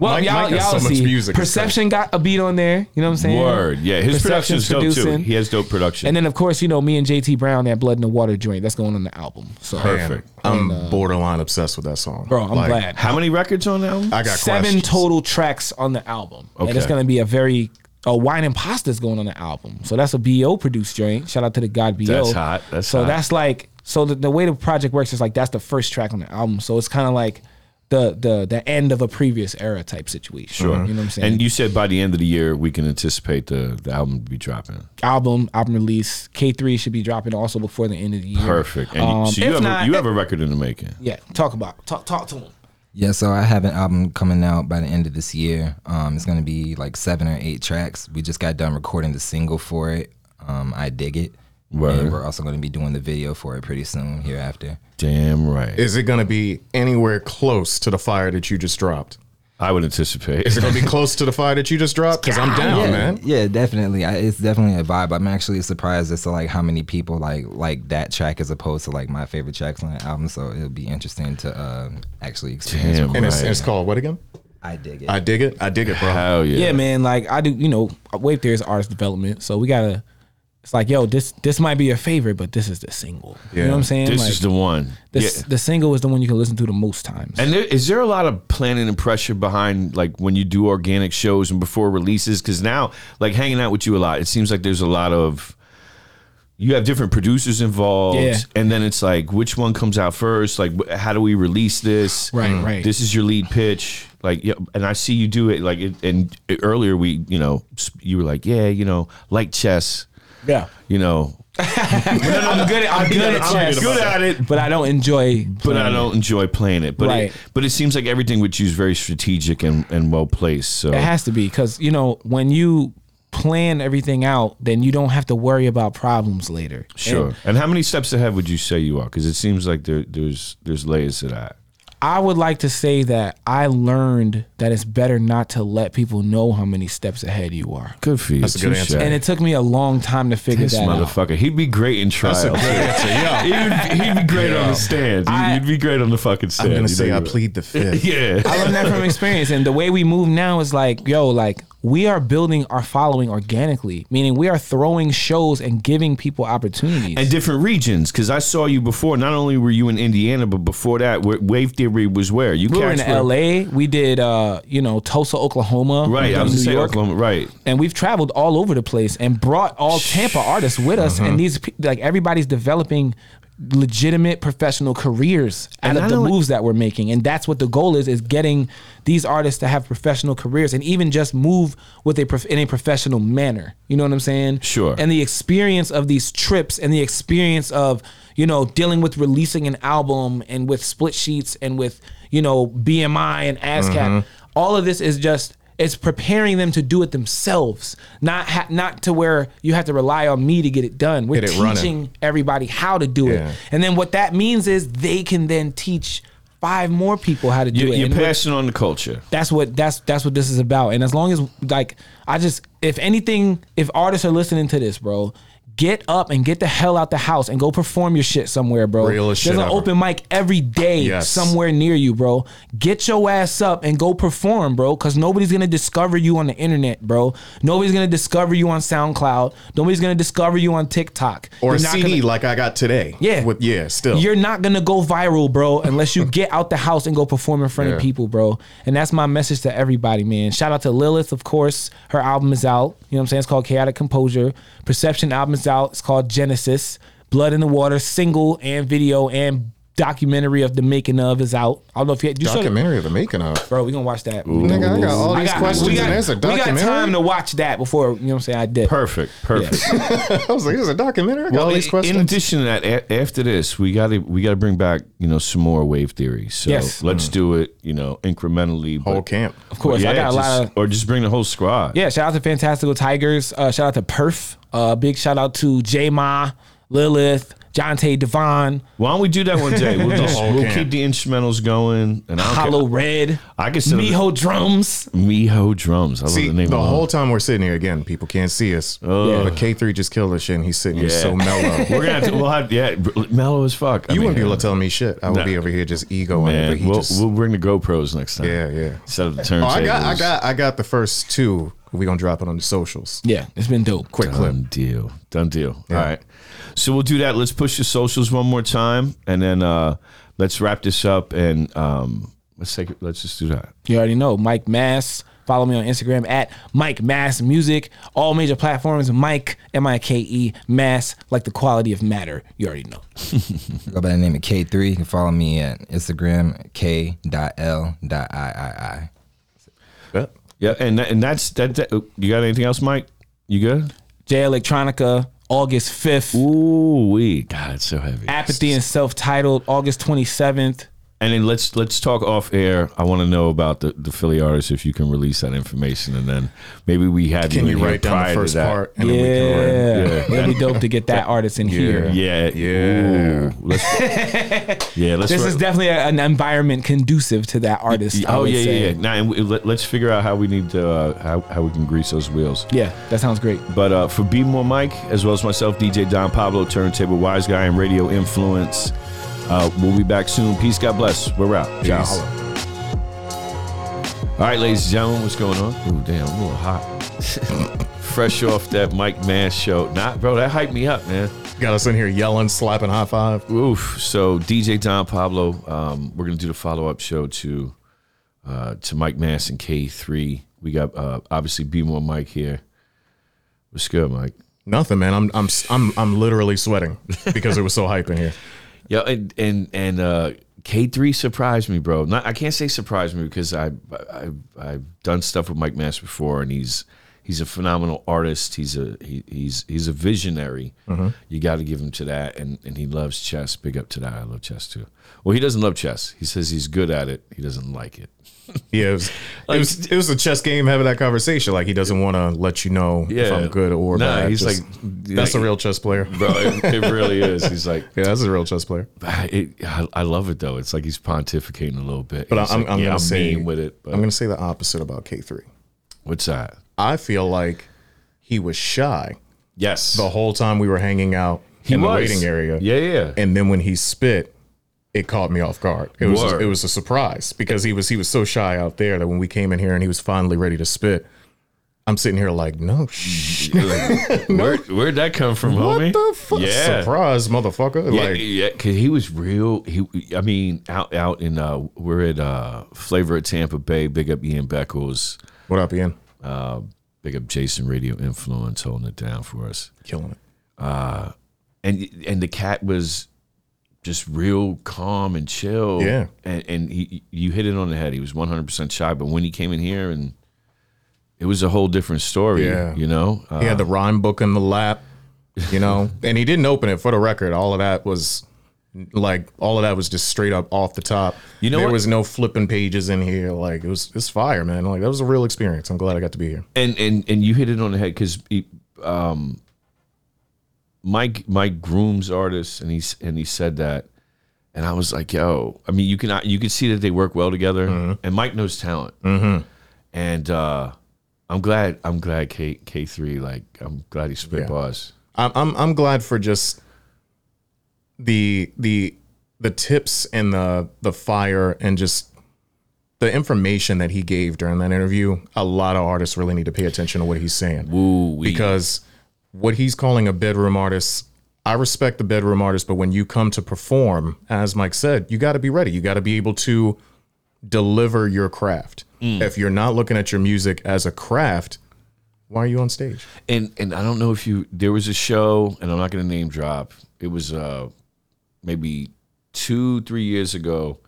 C: well,
E: Mike-
C: y'all,
E: Mike has
C: y'all
E: so much
C: see.
E: music, it's
C: Perception got a beat on there. You know what I'm saying?
B: Word. Yeah. His production's
C: Perception's
B: dope
C: producing.
B: too. He has dope production.
C: And then of course, you know, me and JT Brown, that Blood in the Water joint, that's going on the album. So
E: Man,
B: Perfect.
E: I'm borderline obsessed with that song,
C: uh, bro, I'm
E: Like,
C: glad.
B: How many records on the album?
E: I got
C: Seven
E: questions.
C: total tracks on the album. And it's
B: Okay.
C: gonna be a very a wine and pasta's going on the album. So that's a BO produced joint. Shout out to the God BO.
B: That's hot. That's
C: so
B: hot.
C: that's like so the, the way the project works is like that's the first track on the album. So it's kinda like the the the end of a previous era type situation.
B: Sure.
C: You know what I'm saying?
B: And you said by the end of the year we can anticipate the, the album to be dropping.
C: album, album release. K three should be dropping also before the end of the year.
B: Perfect. And you,
C: Um,
B: so you
C: if
B: have
C: not-
B: a, you have a record in the making.
C: Yeah, talk about talk talk to him.
D: Yeah, so I have an album coming out by the end of this year. Um, it's gonna be like seven or eight tracks. We just got done recording the single for it. Um, I dig it.
B: Word.
D: And we're also gonna be doing the video for it pretty soon hereafter.
B: Damn right.
E: Is it going to be anywhere close to the fire that you just dropped?
B: I would anticipate.
E: Is it going to be close to the fire that you just dropped? Because I'm down,
D: yeah,
E: man.
D: yeah, definitely. I, it's definitely a vibe. I'm actually surprised as to like how many people like like that track as opposed to like my favorite tracks on the album. So it'll be interesting to uh, actually experience.
B: Damn
E: And
D: recording.
E: it's,
B: Right.
E: it's called what again?
D: I dig it.
E: I dig it. I dig it, bro.
B: Hell yeah.
C: Yeah. man. Like I do, you know, Wave Theory is artist development, so we gotta. It's like, yo, this this might be your favorite, but this is the single. You know
E: Yeah.
C: what I'm saying?
B: This
C: like,
B: is the one.
C: this,
B: yeah.
C: the single is the one you can listen to the most times.
B: And there, is there a lot of planning and pressure behind like when you do organic shows and before releases? Because now, like hanging out with you a lot, it seems like there's a lot of you have different producers involved,
C: Yeah.
B: and then it's like which one comes out first? Like, wh- how do we release this?
C: Right, Mm. right.
B: This is your lead pitch, like, yeah, and I see you do it. Like, it, and earlier we, you know, sp- you were like, yeah, you know, like chess,
C: yeah,
B: you
C: <laughs>
B: know,
C: I'm good. At,
B: <laughs>
C: I'm good at
B: I'm
C: chess,
B: good at it,
C: but I don't enjoy.
B: but I don't enjoy playing it. But
C: Right.
B: it, but it seems like everything with you is very strategic and, and well placed. So
C: It has to be because you know when you plan everything out, then you don't have to worry about problems later.
B: sure. And, how many steps ahead would you say you are? Because it seems like there there's there's layers to that.
C: I would like to say that I learned that it's better not to let people know how many steps ahead you are.
B: Good for you.
E: That's a good
B: Touche.
E: answer.
C: And it took me a long time to figure
B: this
C: that out.
B: motherfucker, he'd be great in trial. <laughs>
E: That's a good answer. Yeah.
B: he'd, he'd be great on the stand. He'd,
C: I-
B: he'd be great on the fucking stand.
E: I'm going
B: you
E: to say uh,
B: know
E: I
B: you-
E: plead the
B: <laughs>
E: fifth.
B: Yeah.
C: I learned that from experience. And the way we move now is like, yo, like we are building our following organically, meaning we are throwing shows and giving people opportunities.
B: And different regions, because I saw you before. Not only were you in Indiana, but before that, where, Wave Theory was where you
C: we were in
B: cats were-
C: LA. We did, uh, you know, Tulsa, Oklahoma.
B: right?
C: We've
B: I
C: done
B: was
C: New
B: in
C: York.
B: Oklahoma, right?
C: and we've traveled all over the place and brought all Tampa artists with us.
B: Uh-huh.
C: And these pe- like everybody's developing legitimate professional careers out
B: And
C: of
B: I
C: the
B: don't-
C: moves that we're making. And that's what the goal is: is getting these artists to have professional careers and even just move with a prof- in a professional manner. You know what I'm saying?
B: Sure.
C: And the experience of these trips and the experience of you know dealing with releasing an album and with split sheets and with you know BMI and ASCAP.
E: Mm-hmm.
C: All of this is just it's preparing them to do it themselves, not ha- not to where you have to rely on me to get it done. We're
E: Get it
C: teaching
E: running.
C: everybody how to do
E: Yeah.
C: it, and then what that means is they can then teach five more people how to do
B: You,
C: it.
B: you're
C: And we're
B: passing on the culture.
C: that's what that's that's what this is about. And as long as like I just if anything, if artists are listening to this, bro, get up and get the hell out the house and go perform your shit somewhere, bro.
E: Real
C: There's
E: as shit
C: an
E: ever.
C: open mic every day
E: Yes.
C: somewhere near you, bro. Get your ass up and go perform, bro, cuz nobody's going to discover you on the internet, bro. Nobody's going to discover you on SoundCloud. Nobody's going to discover you on TikTok
E: Or a
C: You're not
E: CD
C: gonna-
E: like I got today.
C: Yeah.
E: With, yeah, still.
C: you're not gonna go viral, bro, unless
E: <laughs>
C: you get out the house and go perform in front of
E: Yeah.
C: people, bro. And that's my message to everybody, man. Shout out to Lilith, of course. Her album is out. You know what I'm saying? It's called Chaotic Composure. Perception album is out. It's called Genesis. Blood in the Water, single and video and documentary of the making of is out. I don't know if you, you saw the-
E: documentary of the making of.
C: bro. We gonna watch that.
E: Nigga, I got all
C: I
E: these
C: got,
E: questions
C: we, got,
E: and there's a
C: we got
E: documentary.
C: time to watch that before you know what I'm saying. I did.
B: Perfect, perfect.
E: <laughs> I was like, there's a documentary. I got all
B: Well,
E: these
B: in-
E: questions.
B: in addition to that, a- after this, we got to we got to bring back you know some more wave theory. So
C: Yes.
B: let's do it, you know, incrementally.
E: whole
B: but-
E: camp.
C: Mm. Of course, I got a
B: just,
C: lot of
B: or just bring the whole squad.
C: Yeah, shout out to Fantastical Tigers. Uh, shout out to Perf. Uh, big shout out to J Ma, Lilith, Jonte Devon,
B: Why don't we do that one day?
E: <laughs>
B: We'll just
E: whole
B: we'll
E: camp.
B: keep the instrumentals going, and I'll
C: Hollow Red,
B: I can send
C: Miho Drums.
B: Miho drums. I love the
E: See, the,
B: name. alone.
E: whole time we're sitting here again, people can't see us. But K3 just killed us, and he's sitting here so
B: Yeah.
E: mellow.
B: We're gonna have to. We'll have yeah, br- mellow as fuck. I
E: you wouldn't be
B: mean,
E: able to tell me shit. I would
B: Nah.
E: be over here just egoing. but
B: Man,
E: he
B: we'll
E: just,
B: we'll bring the GoPros next time.
E: yeah, yeah.
B: Instead of the
E: Oh,
B: turntables.
E: I got, I got, I got the first two. We gonna drop it on the socials.
C: Yeah, it's been dope. Uh-huh.
E: Quick clip.
B: Done deal. Done deal. All right. So we'll do that. Let's push the socials one more time, and then uh, let's wrap this up. And um, let's take. it- Let's just do that.
C: You already know, Mike Mass. Follow me on Instagram at Mike Mass Music. All major platforms, Mike M I K E Mass, like the quality of matter. You already know.
D: I go by the name of K3. You can follow me at Instagram, K.L.I.I.I.
B: Yeah, and that, and that's that, that. You got anything else, Mike? You good?
C: J Electronica, August 5th.
B: Ooh, we God, it's so heavy.
C: Apathy and Self Titled, August 27th.
B: And then let's let's talk off air. I want to know about the, the Philly artist if you can release that information, and then maybe we have
E: Can
B: you,
E: you
B: in here
E: write down
B: prior
E: the
B: to
E: first
B: that.
E: part? And
C: Yeah.
E: then we can learn.
C: It'll be dope to get <laughs> that artist in here.
B: Yeah,
E: Yeah.
B: Ooh,
E: <laughs>
B: let's, yeah. Let's.
C: This is
B: write-
C: definitely a- an environment conducive to that artist. I
B: Oh
C: would
B: yeah, yeah,
C: say.
B: yeah. Now, and we, let, let's figure out how we need to uh, how how we can grease those wheels.
C: Yeah, that sounds great.
B: But uh, for Be More Mike, as well as myself, DJ Don Pablo, Turntable Wise Guy, and Radio Influence, uh, we'll be back soon. Peace, God bless. We're out. Ciao.
E: Peace.
B: All right, ladies and gentlemen, what's going on? Ooh, damn, I'm a little hot. <laughs> Fresh off that Mike Mann show. Not, bro, that hyped me up, man.
E: Got us in here yelling, slapping, high five.
B: Oof. So DJ Don Pablo, um, we're gonna do the follow up show to uh, to Mike Mass and K three. We got uh, obviously B more Mike here. What's good, Mike?
E: Nothing, man. I'm, I'm, I'm, I'm literally sweating because it was so hype in here.
B: Yeah, and and and uh, K three surprised me, bro. Not I can't say surprised me because I I I've done stuff with Mike Mass before, and he's he's a phenomenal artist. He's a he, he's he's a visionary.
E: Mm-hmm.
B: You got to give him to that, and and he loves chess. Big up to that. I love chess too. Well, he doesn't love chess. He says he's good at it. He doesn't like it.
E: Yeah, it was, it was, it was a chess game having that conversation. Like he doesn't want to let you know if
B: Yeah.
E: I'm good or
B: Nah,
E: bad.
B: he's
E: Just-
B: like-
E: that's a real chess player.
B: bro. It, it really is. He's like,
E: Yeah, that's a real chess player.
B: it, I, I love it though. It's like he's pontificating a little bit.
E: But
B: He's
E: I'm,
B: like,
E: I'm
B: yeah,
E: gonna say
B: mean with it. But
E: I'm gonna say the opposite about K3.
B: what's that?
E: I feel like he was shy
B: Yes,
E: the whole time we were hanging out in the
B: was.
E: waiting area.
B: Yeah, yeah.
E: And then when he spit, it caught me off guard. It was
B: Word.
E: it was a surprise because he was he was so shy out there that when we came in here and he was finally ready to spit, I'm sitting here like, no shit.
B: <laughs> Like,
E: <laughs>
B: where, where'd that come from,
E: What
B: homie?
E: the fuck?
B: Yeah.
E: Surprise, motherfucker.
B: Yeah,
E: like
B: yeah, cause he was real. He, I mean, out out in uh, we're at uh, Flavor at Tampa Bay. Big up Ian Beckles.
E: what up, Ian?
B: Big up Jason Radio Influence holding it down for us.
E: Killing it.
B: and and the cat was just real calm and chill.
E: Yeah.
B: and and he, you hit it on the head. He was one hundred percent shy, but when he came in here and it was a whole different story.
E: Yeah.
B: you know. Uh,
E: He had the rhyme book in the lap,
B: <laughs>
E: you know, and he didn't open it for the record. All of that was like all of that was just straight up off the top.
B: You know
E: there
B: what-
E: was no flipping pages in here. Like it was it's fire, man. Like that was a real experience. I'm glad I got to be here.
B: and and and you hit it on the head because um, Mike Mike grooms artists, and he's and he said that, and I was like, yo, I mean, you can you can see that they work well together, and Mike knows talent, and uh, I'm glad I'm glad K K three like I'm glad he spit bars.
E: I'm I'm I'm glad for just the the the tips and the the fire and just the information that he gave during that interview. A lot of artists really need to pay attention to what he's saying. because what he's calling a bedroom artist I respect the bedroom artist, but when you come to perform, as Mike said, you got to be ready. You got to be able to deliver your craft. If you're not looking at your music as a craft, why are you on stage?
B: and and I don't know if you there was a show, and I'm not going to name drop. It was uh maybe two, three years ago,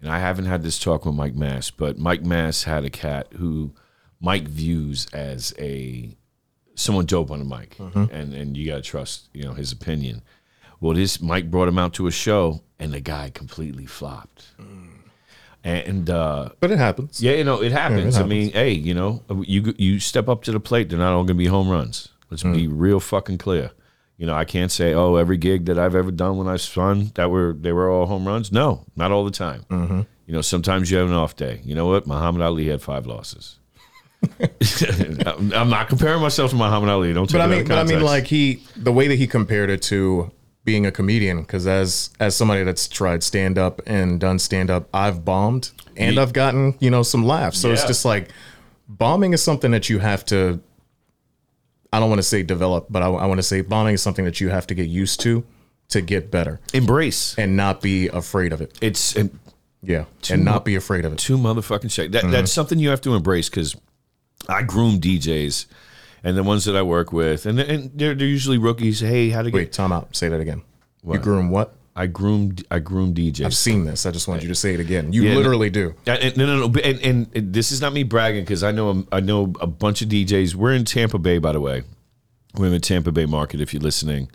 B: and I haven't had this talk with Mike Mass, but Mike Mass had a cat who Mike views as a someone dope on the mic, and and you gotta trust you know his opinion. Well, this Mike brought him out to a show, and the guy completely flopped. And uh,
E: But it happens.
B: yeah, you know, it happens. I
E: happens.
B: mean, hey, you know, you you step up to the plate, they're not all going to be home runs. Let's be
E: Mm.
B: real fucking clear. You know, I can't say, oh, every gig that I've ever done when I spun that were they were all home runs. No, not all the time.
E: Mm-hmm.
B: You know, sometimes you have an off day. You know what? Muhammad Ali had five
E: <laughs>
B: losses. <laughs> I'm I'm not comparing myself to Muhammad Ali. Don't take
E: But
B: it
E: I
B: out
E: mean,
B: of
E: but I mean,
B: context.
E: like he, the way that he compared it to being a comedian, because as as somebody that's tried stand up and done stand up, I've bombed and I've gotten you know some laughs. So it's
B: Yeah.
E: just like bombing is something that you have to. I don't want to say develop, but I, want to say bombing is something that you have to get used to to get better
B: embrace.
E: and not be afraid of it.
B: It's and
E: Yeah, and not be afraid of it.
B: Two motherfucking shakes.
E: Mm-hmm.
B: That, That's something you have to embrace because I groom DJs and the ones that I work with, and, and they're, they're usually rookies. Hey, how to get?
E: Wait, time out. Say that again. You groom what?
B: I groomed I groom
E: I've
B: DJs.
E: seen this. I just want you to say it again. You
B: Yeah, no-
E: literally do.
B: And- and- no, no, no. but- And, and, and this is not me bragging because I know I know a bunch of DJs. We're in Tampa Bay, by the way. We're in the Tampa Bay market. If you're listening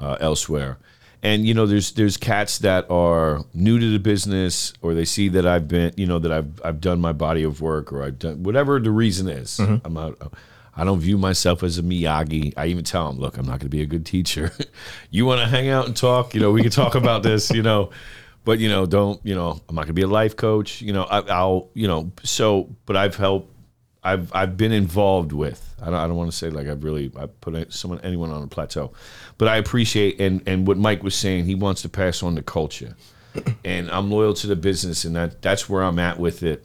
B: uh, elsewhere, and you know, there's there's cats that are new to the business, or they see that I've been, you know, that I've I've done my body of work, or I've done whatever the reason is. I'm not. I don't view myself as a Miyagi. I even tell them, look, I'm not going to be a good teacher. <laughs> you want to hang out and talk, you know, we can talk about this, you know. but you know don't you know i'm not going to be a life coach you know I, i'll you know so but i've helped i've i've been involved with i don't, I don't want to say like i've really i put someone anyone on a plateau but i appreciate and and what mike was saying he wants to pass on the
E: <clears throat>
B: culture and i'm loyal to the business and that that's where i'm at with it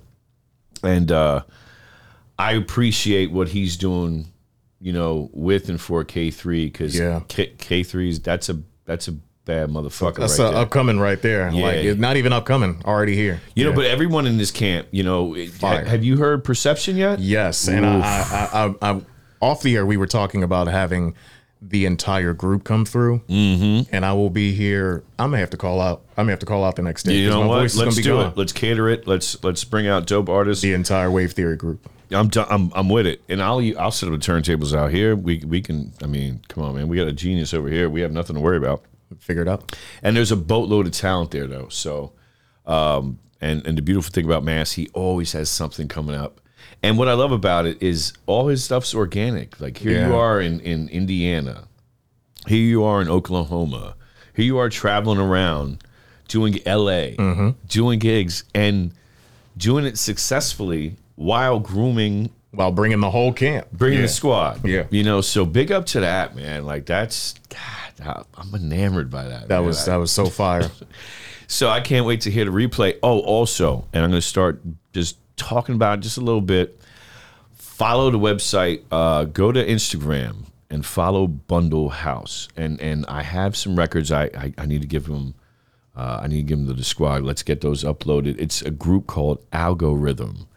B: and uh i appreciate what he's doing you know with and for k3 because
E: Yeah.
B: K, k3's that's a that's a bad motherfucker
E: That's
B: right
E: uh,
B: there.
E: upcoming right there. like
B: yeah.
E: it's not even upcoming, already here.
B: You know,
E: Yeah.
B: but everyone in this camp, you know, it- ha-
E: Fire.
B: have you heard Perception yet?
E: yes, and I, I, I, I, I, off the air, we were talking about having the entire group come through, mm-hmm. and I will be here. I'm gonna have to call out. I'm gonna have to call out the next day.
B: You
E: 'cause
B: know
E: my
B: what?
E: voice is gonna
B: Let's
E: be
B: do
E: gone.
B: it. Let's cater it. Let's let's bring out dope artists.
E: The entire Wave Theory group.
B: I'm do- I'm I'm with it, and I'll I'll set up the turntables out here. We we can. I mean, come on, man. We got a genius over here. We have nothing to worry about.
E: Figure it out.
B: And there's a boatload of talent there, though. So, um, and and the beautiful thing about Mass, he always has something coming up. And what I love about it is all his stuff's organic. Like here you
E: Yeah.
B: are in in Indiana, here you are in Oklahoma, here you are traveling around, doing L.A.,
E: Mm-hmm.
B: doing gigs, and doing it successfully while grooming
E: While bringing the whole camp,
B: bringing
E: yeah.
B: the squad.
E: Yeah.
B: you know. So big up to that, man. Like that's God, I- I'm enamored by that.
E: That
B: man.
E: was
B: I-
E: that was so fire. <laughs>
B: so I can't wait to hear the replay. Oh, also, and I'm going to start just talking about it just a little bit. Follow the website. Uh, go to Instagram and follow Bundle House. And and I have some records. I I, I need to give them. Uh, I need to give them to the squad. Let's get those uploaded. It's a group called Algorithm.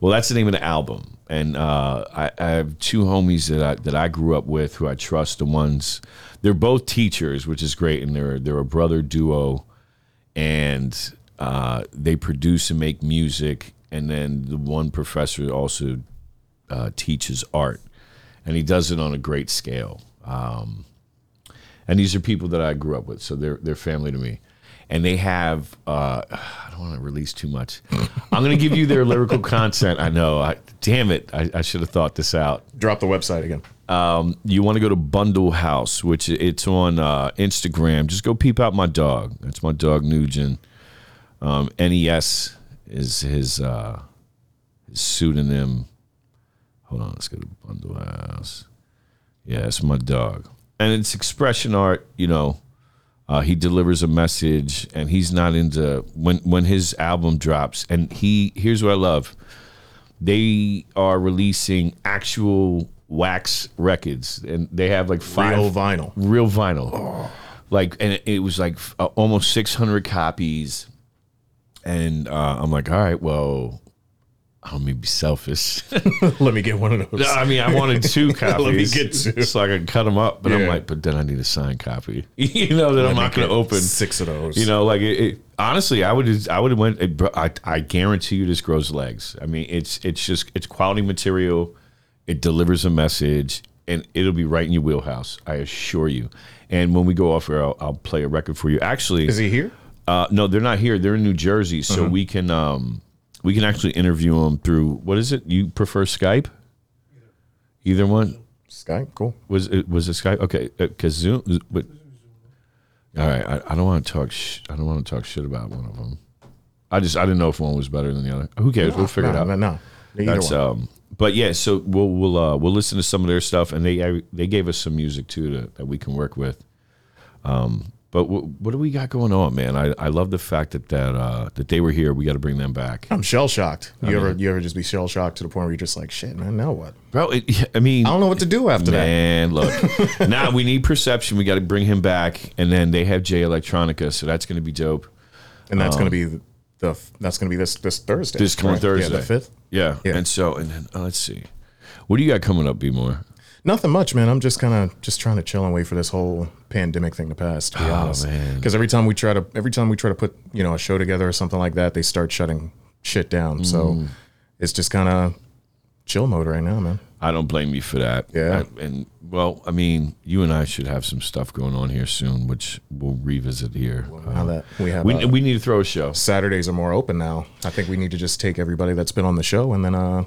B: Well, that's the name of the album. And uh, I, I have two homies that I, that I grew up with who I trust. The ones they're both teachers, which is great, and they're they're a brother duo and uh, they produce and make music. And then the one professor also uh, teaches art, and he does it on a great scale. Um, and these are people that I grew up with, so they're they're family to me. And they have uh, I don't want to release too much. I'm going to give you their lyrical content. I know. I, damn it! I, I should have thought this out
E: Drop the website again.
B: you want to go to Bundle House, which it's on uh, Instagram. Just go peep out my dog. That's my dog Nugent. Um, NES is his uh, his pseudonym. Hold on, let's go to Bundle House. Yeah, it's my dog, and it's expression art. You know, uh, he delivers a message, and he's not into when when his album drops. And he here's what I love they are releasing actual wax records and they have like five
E: Real vinyl.
B: real vinyl like and it- it was like f- uh, almost 600 copies and uh, i'm like all right well I'm gonna be selfish.
E: <laughs> Let me get one of those.
B: No, I mean, I wanted two copies.
E: <laughs> Let me get two.
B: so I could cut them up. But I'm
E: Yeah.
B: like, but then I need a signed copy. <laughs> you know that I'm
E: me
B: not going
E: get
B: to open
E: six of those.
B: You know, like it, it, honestly, I would I would have went. It, bro- I I guarantee you, this grows legs. I mean, it's it's just it's quality material. It delivers a message, and it'll be right in your wheelhouse. I assure you. And when we go off air, I'll, I'll play a record for you. Actually,
E: Is he here?
B: uh, no, they're not here. They're in New Jersey, so
E: Mm-hmm.
B: we can um, we can actually interview them through what is it? You prefer Skype? Either one
E: Skype, cool.
B: was it was it Skype? Okay, because Zoom. But, all right, I, I don't want to talk. Sh- I don't want to talk shit about one of them. I just I didn't know if one was better than the other. Who cares? we'll figure
E: no,
B: it out.
E: No, no. Either
B: That's
E: one.
B: um. But yeah, so we'll we'll uh, we'll listen to some of their stuff, and they I, they gave us some music too to, that we can work with. Um, but w- what do we got going on, man? I, I love the fact that that uh, that they were here. We got to bring them back,
E: I'm shell shocked. You ever you ever just be shell shocked to the point where you're just like, shit, man, now what?
B: bro. It, I mean,
E: I don't know what to do after that.
B: Man, look.
E: <laughs>
B: now we need perception. We got to bring him back, and then they have Jay Electronica, so that's going to be dope.
E: And that's gonna be the, the that's gonna be this this Thursday.
B: oh. This coming
E: right?
B: Thursday,
E: Yeah, the fifth.
B: Yeah.
E: Yeah.
B: and so and then uh, let's see, what do you got coming up, B more?
E: Nothing much, man. I'm just kind of just trying to chill and wait for this whole pandemic thing to pass. To be honest,
B: Oh, man.
E: because every time we try to every time we try to put you know a show together or something like that, they start shutting shit down. So
B: Mm.
E: it's just kind of chill mode right now, man.
B: I don't blame you for that.
E: Yeah.
B: I- and well, I mean, you and I should have some stuff going on here soon, which we'll revisit here.
E: Now that we have
B: we,
E: uh,
B: we need to throw a show.
E: Saturdays are more open now. I think we need to just take everybody that's been on the show and then uh,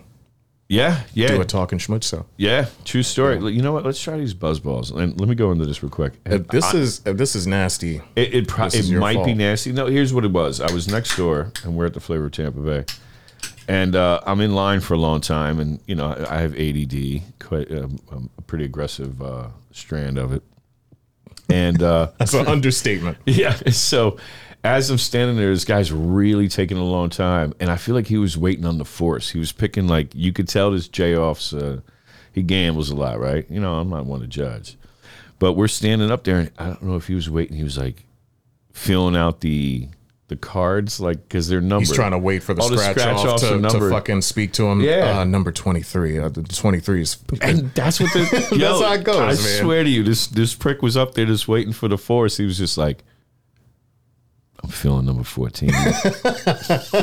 B: Yeah, yeah,
E: do a talking schmutz. So
B: yeah. True story. You know what? Let's try these buzz balls, and let me go into this real quick.
E: if this is if this
B: <laughs>
E: is nasty.
B: It it, pro-
E: This is
B: it
E: your
B: might be
E: fault.
B: nasty. No, here's what it was. I was next door, and we're at the Flavor of Tampa Bay, and uh, I'm in line for a long time, and you know I, I have ADD, quite um, um, a pretty aggressive uh, strand of it, and
E: <laughs>
B: uh,
E: That's an understatement.
B: <laughs> yeah. So as I'm standing there, this guy's really taking a long time, and I feel like he was waiting on the force. He was picking like you could tell this J off's uh, he gambles a lot, right? You know, I'm not one to judge, but we're standing up there, and I don't know if he was waiting. He was like filling out the the cards, like because they're numbered.
E: He's trying to wait for the
B: All the
E: scratch,
B: scratch
E: off
B: offs are
E: to, to
B: numbered.
E: fucking speak to him.
B: Yeah.
E: uh, number twenty three. Uh, the twenty three is <coughs>
B: And that's what the <laughs> yo,
E: how it goes,
B: I
E: man.
B: swear to you, this this prick was up there just waiting for the force. He was just like, I'm feeling number 14. <laughs>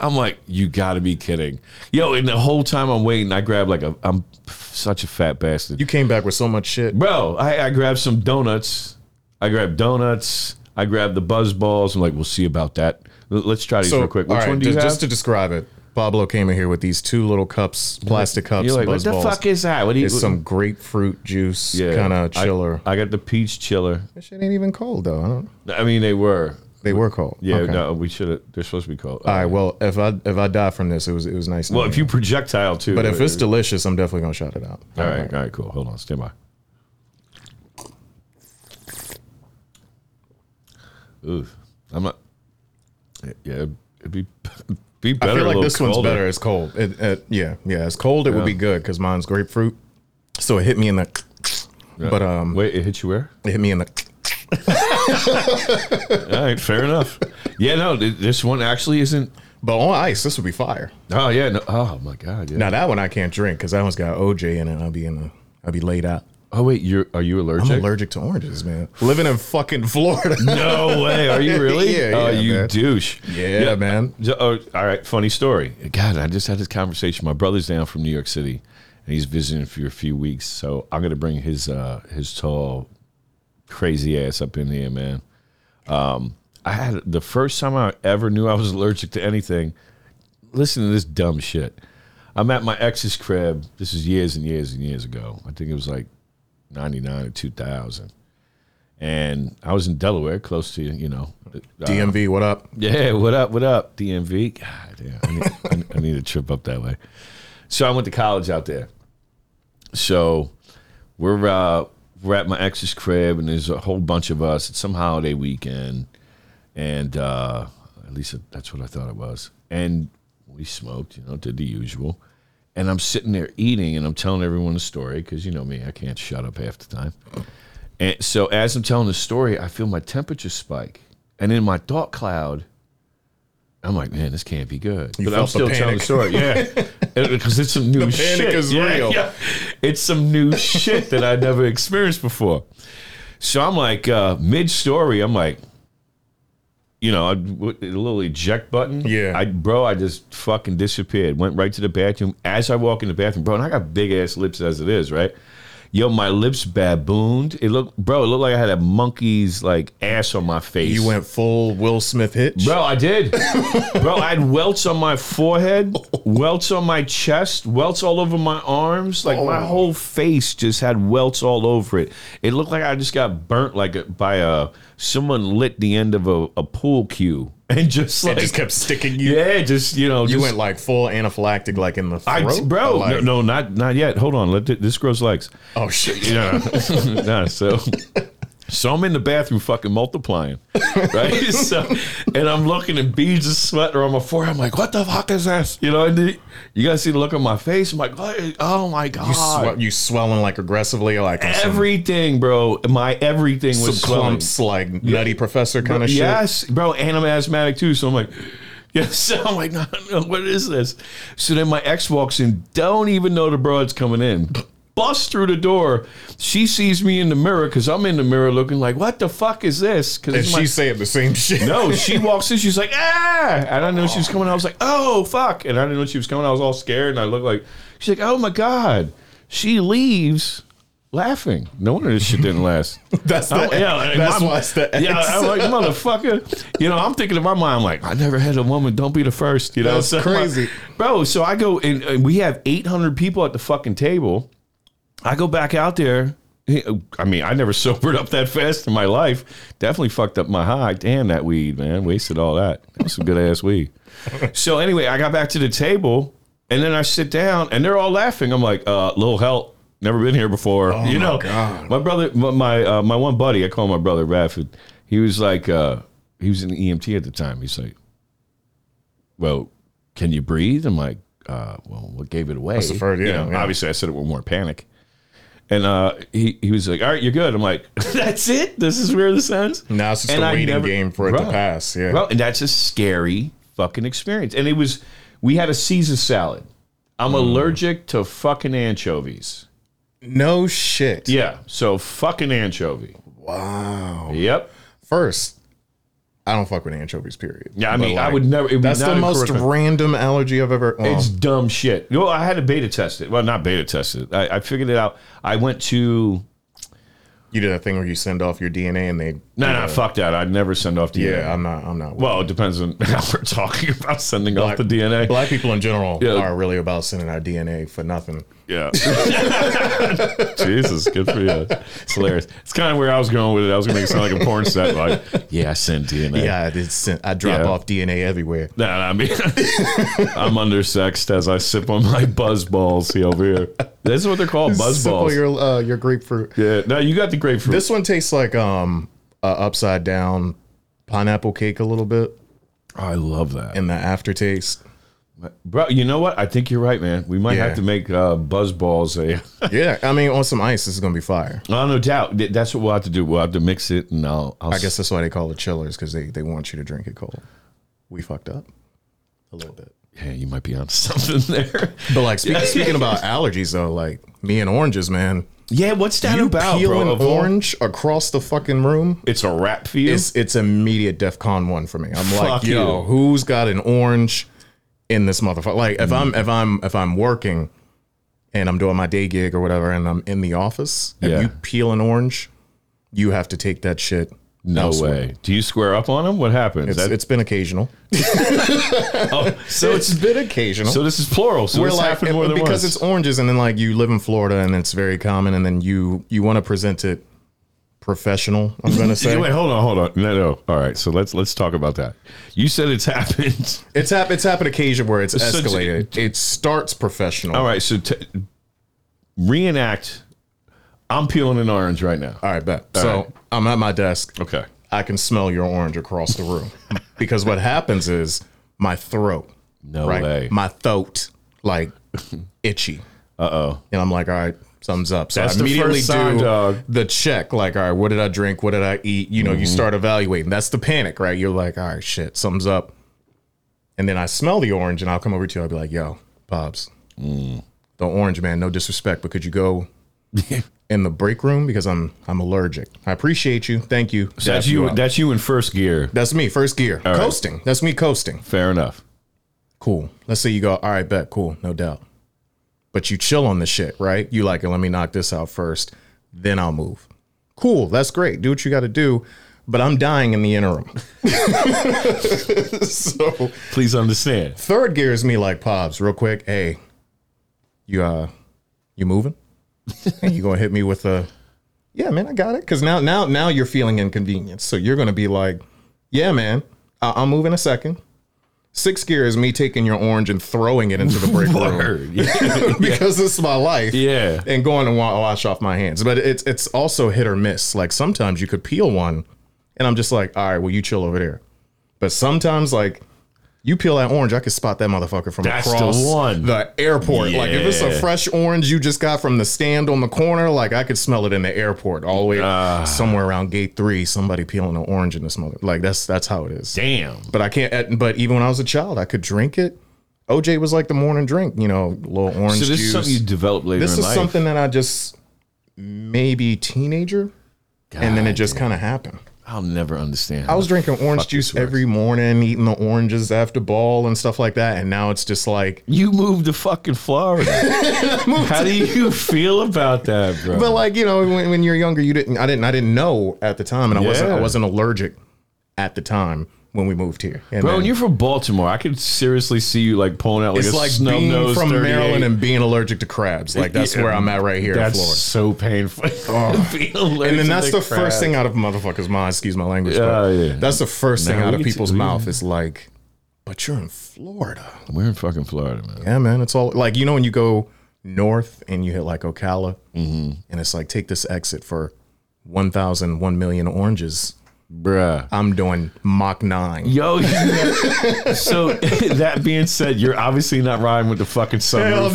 B: I'm like, you gotta be kidding. Yo, and the whole time I'm waiting, I grab like a I'm such a fat bastard.
E: You came back with so much shit.
B: Bro, I, I grabbed some donuts. I grabbed donuts. I grabbed the buzz balls. I'm like, we'll see about that. L- Let's try these
E: So,
B: real quick. Which
E: all right,
B: one do you
E: just,
B: have?
E: just to describe it, Pablo came in here with these two little cups, plastic cups,
B: You're like, what
E: buzz
B: the
E: balls.
B: fuck is that? What do you?
E: It's some grapefruit juice
B: Yeah.
E: kind of
B: I-
E: chiller.
B: I got the peach chiller.
E: that shit ain't even cold though. I don't.
B: I mean, they were.
E: They were cold.
B: Yeah,
E: Okay.
B: no, we should have. They're supposed to be called. uh,
E: All right. Well, if I if I die from this, it was it was nice.
B: well,
E: knowing
B: if you projectile too.
E: But if it's
B: still
E: delicious, I'm definitely gonna shout it out.
B: all right, all right, cool. Hold on, stand by. Ooh, I'm not. Yeah, it'd be <laughs> be
E: I
B: better. a
E: feel like
B: little
E: this one's
B: colder.
E: better. It's cold. It, it, yeah, yeah. It's cold. It would be good because mine's grapefruit, so it hit me in the. But um,
B: Wait, it hit you where?
E: it hit me in the.
B: All right, fair enough. Yeah, no, th- this one actually isn't.
E: But on ice, this would be fire.
B: Oh yeah, no, oh my god, yeah.
E: Now that one I can't drink because that one's got OJ in it. I'll be in a. I'll be laid out.
B: Oh wait, you're are you
E: I'm
B: allergic?
E: allergic to oranges, man. Living in fucking Florida.
B: <laughs>
E: <laughs>
B: No way. Are you really?
E: Yeah,
B: Oh,
E: yeah,
B: you
E: man.
B: douche.
E: Yeah, man.
B: So- oh, all right. Funny story. God, I just had this conversation. My brother's down from New York City, and he's visiting for a few weeks. So I'm gonna bring his uh, his tall, crazy ass up in here, man. Um, I had the first time I ever knew I was allergic to anything. Listen to this dumb shit. I'm at my ex's crib. This is years and years and years ago. I think it was like 99 or 2000 and I was in Delaware, close to you know. uh,
E: DMV, what up?
B: yeah, what up? What up? DMV. God damn, I need, I need- I need a trip up that way. So I went to college out there. So we're uh, we're at my ex's crib, and there's a whole bunch of us. It's some holiday weekend, and uh, at least that's what I thought it was. And we smoked, you know, did the usual. And I'm sitting there eating, and I'm telling everyone a story because you know me, I can't shut up half the time. And so as I'm telling the story, I feel my temperature spike. And in my thought cloud, I'm like, man, this can't be good.
E: You
B: but
E: felt
B: I'm
E: the
B: still telling
E: panic.
B: the
E: <laughs>
B: story. Yeah. Because it's some new
E: The
B: shit.
E: panic is
B: Yeah,
E: real.
B: yeah. It's some new shit that I never experienced before. So I'm like, uh, mid story, I'm like, you know, I, with the little eject button.
E: Yeah.
B: I, bro, I just fucking disappeared. Went right to the bathroom. As I walk in the bathroom, bro, and I got big ass lips as it is, right? Yo, my lips babooned. It looked, bro, it looked like I had a monkey's like ass on my face.
E: You went full Will Smith hitch.
B: Bro, I
E: <laughs>
B: did. Bro, I had welts on my forehead, welts on my chest, welts all over my arms. Like
E: Oh.
B: my whole face just had welts all over it. It looked like I just got burnt like a, by a someone lit the end of a, a pool cue <laughs> and just like
E: it just kept sticking you.
B: yeah, just you know,
E: You
B: just,
E: went like full anaphylactic, like in the
B: I,
E: throat.
B: bro,
E: Like-
B: no, no, not not yet. Hold on, let th- this grows legs.
E: Oh shit!
B: Yeah. <laughs> nah, so so I'm in the bathroom fucking multiplying. Right? <laughs> so and I'm looking and beads of sweat are on my forehead. I'm like, what the fuck is this? You know, and the- you guys see the look on my face. I'm like, what? oh my God.
E: You, swe- you swelling like aggressively, like on some-
B: everything, bro. My everything
E: some,
B: was swelling.
E: clumps, like nutty professor kind of shit.
B: Yes, bro, and I'm asthmatic too. So I'm like, <laughs> yes. <laughs> So I'm like, no, no, what is this? So then my ex walks in, don't even know the broad's coming in. Bust through the door. She sees me in the mirror because I'm in the mirror looking like, what the fuck is this?
E: and
B: Because
E: she saying the same <laughs>
B: <laughs>
E: shit.
B: no, she walks in. She's like, ah! And I didn't know she was coming. I was like, oh fuck! And I didn't know she was coming. I was all scared, and I looked like she's like, oh my god. She leaves laughing. No wonder this shit didn't last.
E: That's the
B: I'm-
E: ex.
B: and
E: That's
B: Oh, my-
E: why it's the ex.
B: Yeah, I'm like motherfucker. You know, I'm thinking in my mind, I'm like, I never had a woman. Don't be the first. You know,
E: That's
B: I'm <laughs> like-
E: crazy.
B: bro. So I go and, and we have 800 people at the fucking table. I go back out there. I mean, I never <laughs> sobered up that fast in my life. Definitely fucked up my high. Damn that weed, man. Wasted all that. That was some good ass weed. <laughs> So anyway, I got back to the table and then I sit down and they're all laughing. I'm like, uh, little help. Never been here before. you
E: Oh my
B: know,
E: God.
B: my brother, my my, uh, my one buddy, I call him my brother Rafford. He was like, uh, he was in the EMT at the time. He's like, well, can you breathe? I'm like, uh, well, what gave it away?
E: the first-
B: You
E: yeah,
B: know,
E: yeah.
B: Obviously, I said it with more panic. And uh, he he was like, "All right, you're good." I'm like, <laughs> "That's it. This is where this ends."
E: Now it's just
B: And
E: a
B: I
E: waiting
B: never-
E: game for it to
B: Right.
E: pass. Yeah.
B: Well, and that's a scary fucking experience. And it was, we had a Caesar salad. I'm
E: Mm.
B: allergic to fucking anchovies.
E: No shit.
B: Yeah, so fucking anchovy.
E: Wow.
B: Yep.
E: First, I don't fuck with anchovies. Period.
B: Yeah, I
E: But,
B: mean, I
E: like,
B: would never. It would
E: That's
B: not
E: the most
B: encourage-
E: random allergy I've ever. Well,
B: It's dumb shit. You know, I had to beta test it. Well, not beta test it. I, I figured it out. I went to
E: you did that thing where you send off your DNA and they.
B: no, no, fuck that. I'd never send off DNA.
E: Yeah, I'm not. I'm not.
B: Well, it depends on <laughs> how we're talking about sending off the DNA.
E: Black people in general
B: Yeah.
E: are really about sending our DNA for nothing.
B: Yeah. <laughs> Jesus, good for you. It's hilarious. It's kind of where I was going with it. I was gonna make it sound like a porn set. Like, yeah, I sent DNA.
E: Yeah, I did send, I drop
B: Yeah.
E: off DNA everywhere.
B: No, no, I mean, <laughs> I'm undersexed as I sip on my buzz balls here over here. This is what they're called, buzz
E: Simple,
B: balls.
E: Your uh, your grapefruit.
B: Yeah. No, you got the grapefruit.
E: This one tastes like um uh, upside down pineapple cake a little bit
B: I love that.
E: in
B: <laughs>
E: the aftertaste.
B: Bro, you know what? I think you're right, man. We might
E: Yeah.
B: have to make uh, buzz balls a. <laughs>
E: yeah, I mean on some ice, this is gonna be fire.
B: no, no doubt. Th- That's what we'll have to do. We'll have to mix it, and I'll. I'll
E: I guess that's why they call it chillers because they they want you to drink it cold. We fucked up a little bit.
B: Yeah, you might be on <laughs> something there.
E: But like speak, speaking about allergies though, like me and oranges, man.
B: yeah, what's that
E: You
B: about,
E: peel
B: bro?
E: an
B: Of all-
E: orange across the fucking room.
B: It's a wrap for you.
E: It's it's immediate DefCon one for me. I'm like,
B: Fuck you.
E: yo, who's got an orange in this motherfucker? Like, if I'm if I'm if I'm working and I'm doing my day gig or whatever, and I'm in the office,
B: Yeah.
E: if you peel an orange, you have to take that shit.
B: no
E: elsewhere.
B: way. Do you square up on them? What happens?
E: It's,
B: That-
E: it's been occasional.
B: oh, so it's
E: been occasional.
B: so this is plural. So
E: we're
B: it's
E: like
B: happened more than
E: because
B: once.
E: it's oranges, and then like you live in Florida, and it's very common, and then you you want to present it professional. I'm
B: <laughs>
E: gonna say
B: Wait, hold on, hold on. No, no. All right, so let's let's talk about that. You said it's <laughs> happened.
E: It's hap- it's happened occasion where it's
B: So-
E: escalated. it starts professional.
B: All right, so t- reenact. I'm peeling an orange right now.
E: All right, bet. so
B: right.
E: I'm at my desk.
B: Okay.
E: I can smell your orange across the room because what happens is my throat,
B: No
E: right?
B: way.
E: My throat,
B: <laughs>
E: like itchy.
B: Uh oh.
E: And I'm like, all right, something's up. So
B: That's
E: I
B: the
E: immediately
B: first sign,
E: do
B: dog. Mm-hmm.
E: the check. Like, all right, what did I drink? What did I eat? You know, you start evaluating. That's the panic, right? You're like, all right, shit, something's up. and then I smell the orange, and I'll come over to you. I'll be like, "Yo, Bob's,
B: Mm.
E: the orange man. No disrespect, but could
B: <laughs>
E: you go in the break room because I'm I'm allergic. I appreciate you. Thank you.
B: So that's
E: Dap
B: you.
E: up.
B: That's you in first gear.
E: That's me. First gear.
B: right.
E: coasting. That's me coasting.
B: Fair enough.
E: Cool. Let's say you go. All right, bet. Cool. No doubt. But you chill on this shit, right? You like it. Let me knock this out first. Then I'll move. Cool. That's great. Do what you got to do. But I'm dying in the interim. <laughs> so
B: Please
E: <laughs>
B: understand.
E: third gear is me like pops real quick. Hey, you uh, you moving? and you gonna hit me with a, yeah, man, I got it. Cause now, now, now you're feeling inconvenience. So you're gonna be like, yeah, man, I- I'll move in a second. Sixth gear is me taking your orange and throwing it into the break room
B: Word.
E: <laughs>
B: Yeah.
E: because this is my life. <laughs>
B: Yeah.
E: and going and wa- wash off my hands. But it's it's also hit or miss. Like sometimes you could peel one, and I'm just like, all right, well, you chill over there. But sometimes like. You peel that orange, I could spot that motherfucker from
B: That's the
E: across
B: one.
E: the airport. Like if it's a
B: Yeah.
E: fresh orange you just got from the stand on the corner, like I could smell it in the airport all the way
B: Ah.
E: somewhere around gate three. Somebody peeling an orange in this mother. Like that's that's how it is.
B: Damn.
E: But I can't. But even when I was a child, I could drink it. OJ was like the morning drink, you know, little orange
B: So this
E: juice.
B: is something you develop later
E: this
B: in
E: is
B: life.
E: something that I just maybe teenager, and then it just kind of happened.
B: I'll never understand.
E: I was drinking orange
B: fuck
E: juice
B: this works.
E: every morning, eating the oranges after ball and stuff like that, and now it's just like
B: You moved to fucking
E: <laughs>
B: Florida. How do you feel about that, bro?
E: But like you know, when, when you're younger, you didn't. I didn't. I didn't know at the time, and I wasn't. I
B: Yeah.
E: wasn't allergic at the time when we moved here. And
B: bro,
E: then
B: when you're from Baltimore, I could seriously see you like pulling out like
E: it's
B: a
E: like
B: snub
E: being
B: nose
E: from
B: 38.
E: Maryland and being allergic to crabs. Like that's
B: Yeah.
E: where I'm at right here
B: That's
E: in Florida. Oh.
B: so painful. <laughs>
E: <laughs>
B: Being allergic
E: And
B: to
E: then that's the
B: crab.
E: first thing out of motherfuckers' mind. Excuse my language.
B: Yeah,
E: but
B: yeah.
E: That's the first thing
B: Nah,
E: out
B: we
E: of
B: get to-
E: people's
B: we-
E: mouth is like, "But you're in Florida."
B: We're in fucking Florida, man.
E: Yeah, man. It's all like you know when you go north and you hit like Ocala,
B: Mm-hmm.
E: and it's like take this exit for one thousand, one million oranges.
B: Bruh.
E: I'm doing Mach nine. <laughs>
B: Yo, you- so <laughs> that being said, you're obviously not riding with the fucking sunroof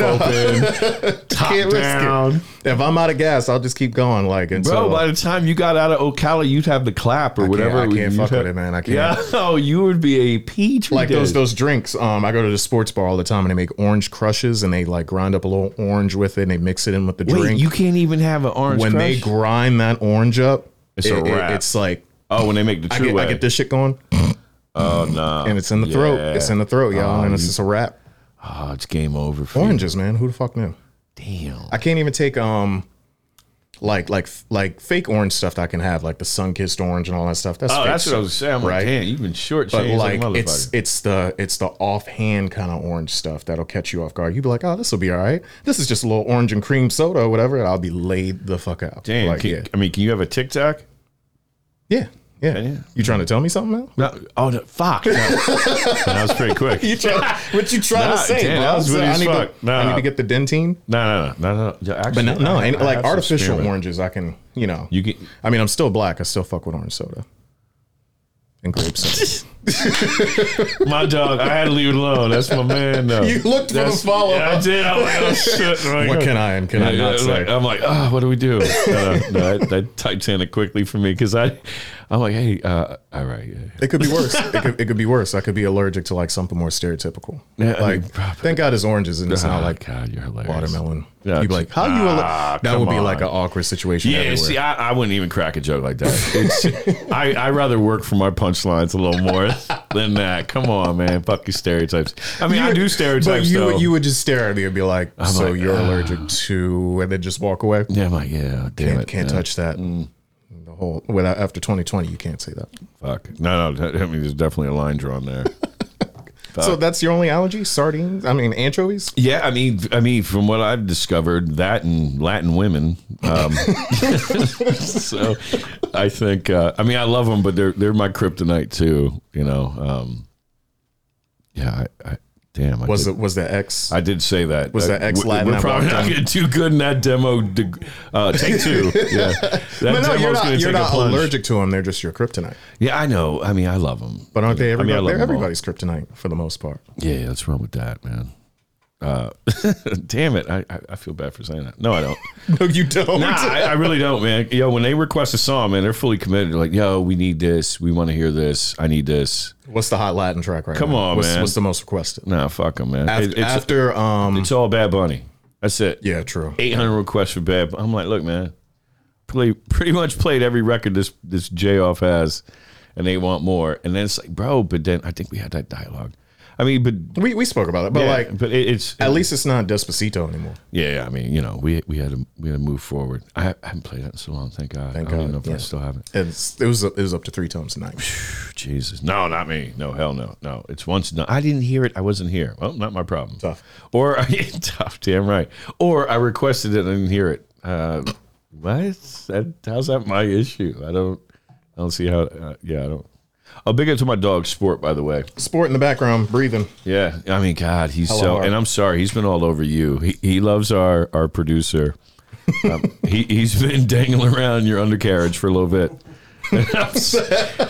E: <laughs>
B: open, top
E: Can't risk it.
B: down.
E: If I'm out of gas, I'll just keep going. Like until
B: Bro, by the time you got out of Ocala, you'd have the clap or whatever.
E: uh, I
B: you'd
E: can't fuck
B: have-
E: with it, man. I can't.
B: Yeah, <laughs> no, you would be a petri
E: like
B: dish.
E: those those drinks. Um, I go to the sports bar all the time, and they make orange crushes, and they like grind up a little orange with it, and they mix it in with the
B: Wait,
E: drink.
B: you can't even have an orange
E: when they
B: crush?
E: grind that orange up,
B: It's a
E: it- it-
B: wrap.
E: it's like
B: oh, when they make the
E: I
B: true
E: get,
B: way.
E: I get this shit going,
B: Oh no,
E: and it's in the throat.
B: Yeah.
E: It's in the throat, y'all, and it's just a wrap.
B: oh, it's game over. For
E: Oranges, man. Who the fuck knew?
B: you. Damn.
E: I can't even take um. Like like like fake orange stuff that I can have like the sun kissed orange and all that stuff. That's
B: Oh,
E: fake
B: that's what I
E: shit,
B: was saying. I'm like, damn, you've been short
E: but
B: changed like,
E: like
B: a motherfucker.
E: it's it's the it's the offhand kind of orange stuff that'll catch you off guard. You'll be like, oh, this will be all right. This is just a little orange and cream soda or whatever. And I'll be laid the fuck out.
B: damn.
E: like,
B: can-
E: yeah,
B: I mean, can you have a Tic Tac?
E: yeah, yeah,
B: Yeah.
E: You trying to tell me something now?
B: No. Oh, no, <laughs> fuck. No. that was pretty quick. <laughs>
E: You trying, what you trying
B: Nah,
E: to say?
B: damn,
E: bro?
B: that was
E: So
B: witty
E: I
B: as
E: need
B: fuck.
E: to I
B: Nah.
E: need to get the dentine.
B: No, no, no, no, no. Yeah,
E: But
B: Actually,
E: no, no,
B: I-
E: and
B: I
E: like
B: have some
E: artificial
B: spearmint.
E: oranges, I can, you know,
B: You can.
E: I mean, I'm still black. I still fuck with orange soda
B: <laughs>
E: and grapes.
B: My dog, I had to leave it alone. That's my man. <laughs> Though.
E: You looked for the
B: That's-
E: follow-up.
B: I did. I'm like, oh <laughs> shit. I'm like,
E: what
B: oh.
E: can I and can I
B: Yeah,
E: not
B: yeah,
E: say?
B: like, I'm like, ah, what do we
E: <laughs>
B: do? Uh, no, that, that Titanic quickly for me because I, I'm like, hey, uh, all right, yeah.
E: It could be worse. it, could, it could be worse. I could be allergic to like something more stereotypical.
B: Yeah, I
E: like,
B: mean, probably.
E: thank God it's oranges and it's
B: Oh,
E: not like
B: God, you're hilarious.
E: watermelon.
B: Yeah,
E: You'd be like, how you?
B: ah,
E: Aller-? That would
B: come
E: be like
B: on.
E: an awkward situation.
B: Yeah,
E: everywhere.
B: see, I, I wouldn't even crack a joke like that.
E: <laughs>
B: It's, I I rather work for my punchlines a little more than that. Come on, man, fuck your stereotypes. I mean, I do stereotypes
E: But you,
B: though.
E: would- you would just stare at me and be like, so
B: like, ah.
E: you're allergic to, and then just walk away.
B: yeah, I'm like, yeah, damn it,
E: Can't,
B: uh,
E: can't
B: yeah, Mm.
E: touch that. The whole without after 2020, you can't say that.
B: Fuck, no, no. that- I mean, there's definitely a line drawn there.
E: So that's your only allergy? Sardines? I mean, anchovies?
B: Yeah, I mean, I mean, from what I've discovered, that and Latin women. Um, <laughs> so, I think, uh, I mean, I love them, but they're they're my kryptonite too. You know, um, yeah. I, I damn, I
E: Was
B: did,
E: it was the X?
B: I did say that.
E: was
B: Uh,
E: that ex
B: we-
E: Latin
B: We're
E: I
B: probably
E: walked
B: not
E: on?
B: going to do good in that demo. Deg- uh, take two.
E: <laughs>
B: Yeah, that
E: but no, you're
B: demo's gonna
E: not, you're
B: take a
E: not
B: plunge.
E: allergic to them. They're just your kryptonite.
B: Yeah, I know. I mean, I love them.
E: But aren't they
B: I mean, I
E: everybody?
B: love
E: they're
B: them all.
E: everybody's kryptonite for the most part.
B: Yeah, that's wrong with that, man. Uh, <laughs> damn it, I, I I feel bad for saying that. <laughs> No, I don't.
E: No, you don't.
B: Nah, I, I really don't, man. Yo, when they request a song, man, they're fully committed. They're like, yo, we need this. We want to hear this. I need this.
E: What's the hot Latin track right
B: Come
E: now?
B: on,
E: what's,
B: man.
E: What's the most requested?
B: Nah, fuck them, man.
E: After,
B: It- it's,
E: after um,
B: it's all Bad Bunny. That's it.
E: yeah, true.
B: 800 requests for Bad Bunny. I'm like, look, man, play, pretty much played every record this, this J Off has, and they want more. And then it's like, bro, but then I think we had that dialogue. I mean, but,
E: We we spoke about it, but
B: yeah,
E: like,
B: but it, it's
E: at least it's not Despacito anymore.
B: Yeah, yeah, I mean, you know, we we had to we had to move forward. I, I haven't played that in so long. Thank God.
E: Thank
B: I don't even
E: God,
B: know if I
E: yeah.
B: still have it.
E: It's, it was it was up to three times a night.
B: Jesus, no, not me. No, hell no, no. It's once. No, I didn't hear it. I wasn't here. Well, not my problem.
E: Tough.
B: Or <laughs> tough. Damn right. Or I requested it. and I didn't hear it. Uh, what? That, how's that my issue? I don't. I don't see how. Uh, yeah, I don't. Oh, big up to my dog Sport, by the way.
E: Sport in the background, breathing. <laughs>
B: Yeah, I mean, God, he's
E: Hello,
B: so.
E: Art.
B: And I'm sorry, he's been all over you. He, he loves our our producer.
E: <laughs>
B: Um, he he's been dangling around your undercarriage for a little bit. <laughs> I'm, so-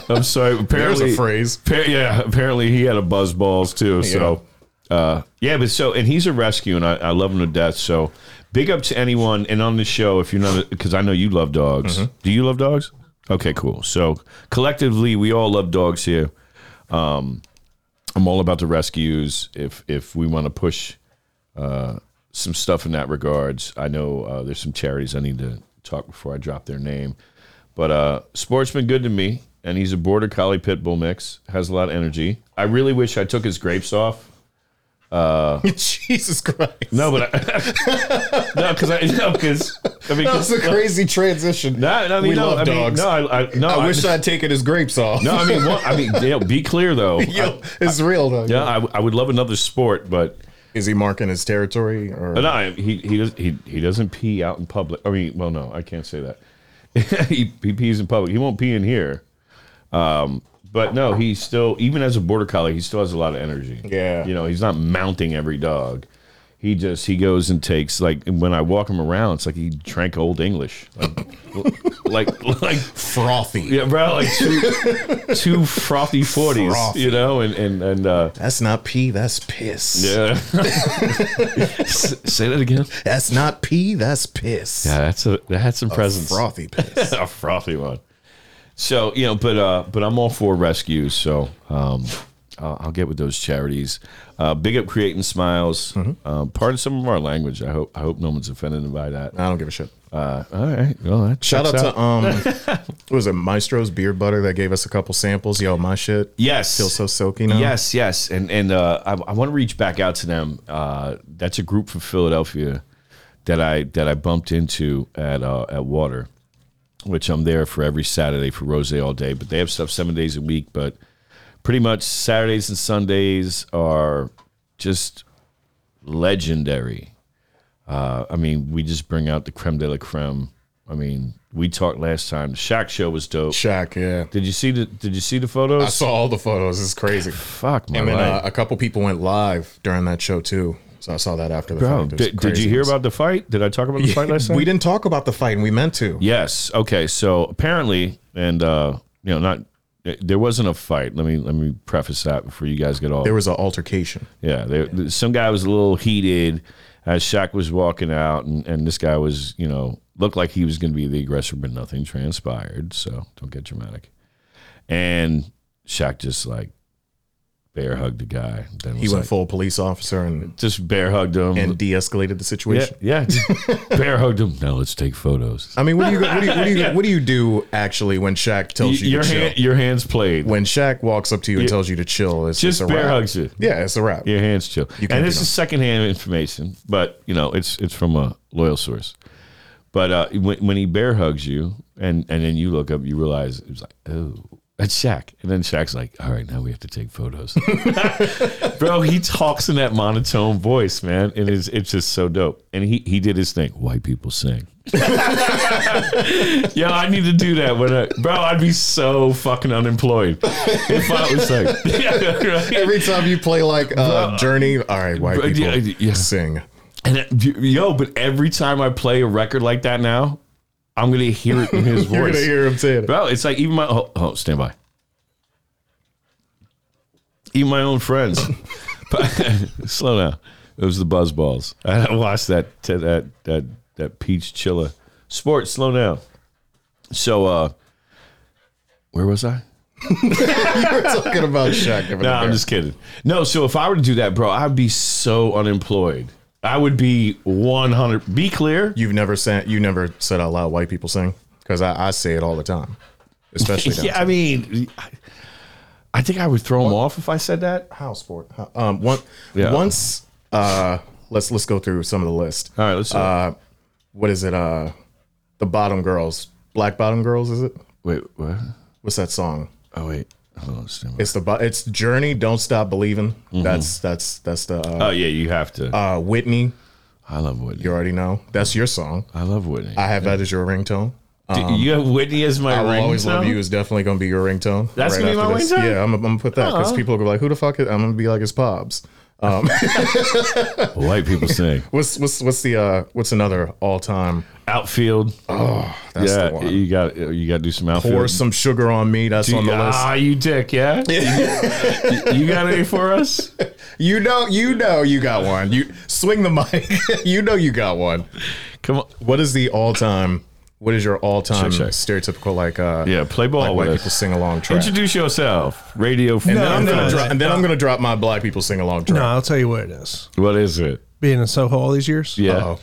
B: I'm sorry.
E: There's
B: Apparently,
E: a phrase.
B: appa- yeah, apparently he had a buzz balls too. So, uh, yeah, but so and he's a rescue, and I, I love him to death. So, big up to anyone. And on the show, if you're not, because I know you love dogs. Do you love dogs? Okay, cool. So collectively, we all love dogs here. Um, I'm all about the rescues. If if we want to push uh, some stuff in that regards, I know uh, there's some charities I need to talk before I drop their name. But uh, sport's been good to me, and he's a border collie pit bull mix. Has a lot of energy. I really wish I took his grapes off.
E: Jesus Christ.
B: No, but I, no, because I <laughs> no, because I
E: <laughs>
B: mean,
E: That was a
B: 'cause-
E: crazy transition.
B: no, no, I mean,
E: we
B: no,
E: love
B: I mean,
E: dogs.
B: no, I, I, no,
E: I, wish I'd taken his grapes off.
B: no, I mean, what, I mean, you know, be clear though.
E: <laughs> Yo, it's real though.
B: yeah, I, I would love another sport, but.
E: Is he marking his territory or?
B: But I, he he does he he doesn't pee out in public. I mean, well, no, I can't say that. <laughs> he he pees in public. He won't pee in here. Um, but no, he still even as a border collie, he still has a lot of energy.
E: Yeah.
B: you know, he's not mounting every dog. He just he goes and takes like when I walk him around, it's like he drank old English, like <laughs> like, like
E: frothy?
B: yeah, bro, like two two frothy forties,
E: Frothy.
B: you know, and and and uh,
E: That's not pee. That's piss. <laughs>
B: yeah. <laughs> say that again.
E: That's not pee. That's piss.
B: Yeah, that's a that's some presence.
E: Frothy
B: <laughs>
E: piss.
B: a frothy one. So you know, but uh, but I'm all for rescues. So um, I'll, I'll get with those charities. Uh, big up creating smiles.
E: Mm-hmm.
B: Uh, pardon some of our language. I hope I hope no one's offended by that.
E: I don't give a shit.
B: Uh, all right. Well, that
E: Shout out
B: checks
E: to um,
B: <laughs>
E: what was it Maestro's beer butter that gave us a couple samples? Yo, my shit.
B: yes.
E: Feel so silky now.
B: Yes, yes, and and uh, I, I want to reach back out to them. Uh, that's a group from Philadelphia that I that I bumped into at uh, at Water, which I'm there for every Saturday for Rose all day. But they have stuff seven days a week. But pretty much Saturdays and Sundays are just legendary. Uh, I mean, we just bring out the creme de la creme. I mean, we talked last time. The Shaq show was dope.
E: Shaq. Yeah.
B: Did you see the Did you see the
E: I
B: photos?
E: saw all the photos. It's crazy.
B: Fuck my
E: And then
B: life.
E: uh, a couple people went live during that show too. So I saw that after the
B: Bro,
E: fact. It was
B: did, did you hear
E: craziness.
B: about the fight? Did I talk about the fight last time?
E: We didn't talk about the fight, and we meant to.
B: Yes. Okay. So apparently, and uh, you know, not there wasn't a fight. Let me let me preface that before you guys get all.
E: There was an altercation.
B: yeah. There, Some guy was a little heated as Shaq was walking out, and and this guy was you know looked like he was going to be the aggressor, but nothing transpired. So don't get dramatic. And Shaq just like bear hugged the guy. Then
E: He
B: was
E: went
B: like-
E: full police officer and
B: just bear hugged him.
E: and de-escalated the
B: yeah,
E: situation.
B: yeah. bear hugged him. Now let's take photos.
E: I mean, what do you what do you, what do
B: <laughs>
E: you, what do, you do actually when Shaq tells
B: Y-
E: you
B: your
E: to
B: hand,
E: chill?
B: your hands played.
E: When Shaq walks up to you and tells you to chill, it's
B: Just
E: it's a
B: bear
E: wrap.
B: hugs you.
E: Yeah, it's a wrap.
B: your hands chill.
E: can't
B: And
E: do
B: this
E: nothing.
B: is secondhand information, but you know it's it's from a loyal source. But uh, when, when he bear hugs you, and and then you look up, you realize it was like, oh, that's Shaq. And then Shaq's like, all right, now we have to take photos. <laughs> Bro, he talks in that monotone voice, man, and it's it's just so dope. And he he did his thing. White people sing. <laughs> Yo, I need to do that. When I, bro, I'd be so fucking unemployed if I was like, <laughs>
E: <laughs> Every time you play like uh, Journey, all right, white
B: Bro,
E: people
B: yeah, yeah.
E: sing.
B: And that, yo, but every time I play a record like that now, I'm gonna hear it in his
E: <laughs> You're
B: voice.
E: gonna hear him saying it.
B: Bro, it's like even my oh, oh stand by.
E: <laughs>
B: Even my own friends. <laughs> Slow down. It was the Buzzballs. I watched that t- that that that peach chiller. Sports, slow down. So, uh where was I?
E: We're talking about
B: <laughs>
E: Shaq. over
B: No,
E: there.
B: I'm just kidding. No, so if I were to do that, bro, I'd be so unemployed. I would be 100. Be clear.
E: You've never said you never said out loud white people sing because I, I say it all the time, especially
B: <laughs> Yeah, I mean, I, I think I would throw them off if I said that.
E: house sport. Um, one,
B: Yeah.
E: once uh, let's let's go through some of the list.
B: All right, let's do it.
E: Uh, what is it? Uh, the Bottom Girls, Black Bottom Girls, is it?
B: Wait, what?
E: What's that song?
B: Oh wait, hold on. just a minute.
E: It's the bo- it's Journey. Don't stop believing.
B: Mm-hmm.
E: That's that's that's the uh,
B: Oh yeah, you have to.
E: uh, Whitney.
B: I love Whitney.
E: You already know that's your song.
B: I love Whitney.
E: I have that as your ringtone.
B: Do you have Whitney as my
E: I will
B: ringtone.
E: always love you is definitely going to be your ringtone.
B: That's gonna be
E: after
B: my
E: this.
B: ringtone? Oh.
E: Yeah, I'm, I'm gonna put that because people will be like, "Who the fuck?" Is, I'm gonna be like, "It's Pobs." Um, <laughs>
B: White people sing
E: what's what's what's the uh, what's another all time?
B: outfield.
E: That's
B: yeah,
E: the one.
B: you got you got to do some outfield.
E: Pour some sugar on me. That's on the list.
B: ah, you dick, yeah. you got any for us?
E: You know, you know, you got one. You swing the mic. <laughs> you know, you got one.
B: Come on.
E: What is the all time? What is your all time
B: Check, check.
E: stereotypical like? Uh,
B: Yeah, play ball
E: like
B: with
E: white
B: us.
E: people sing along track.
B: Introduce yourself. Radio.
E: and then I'm
B: No,
E: gonna
B: no.
E: drop. And then I'm gonna drop my black people sing along track.
A: No, I'll tell you what it is.
B: What is it?
A: Being in Soho all these years,
B: Yeah.
E: Uh-oh.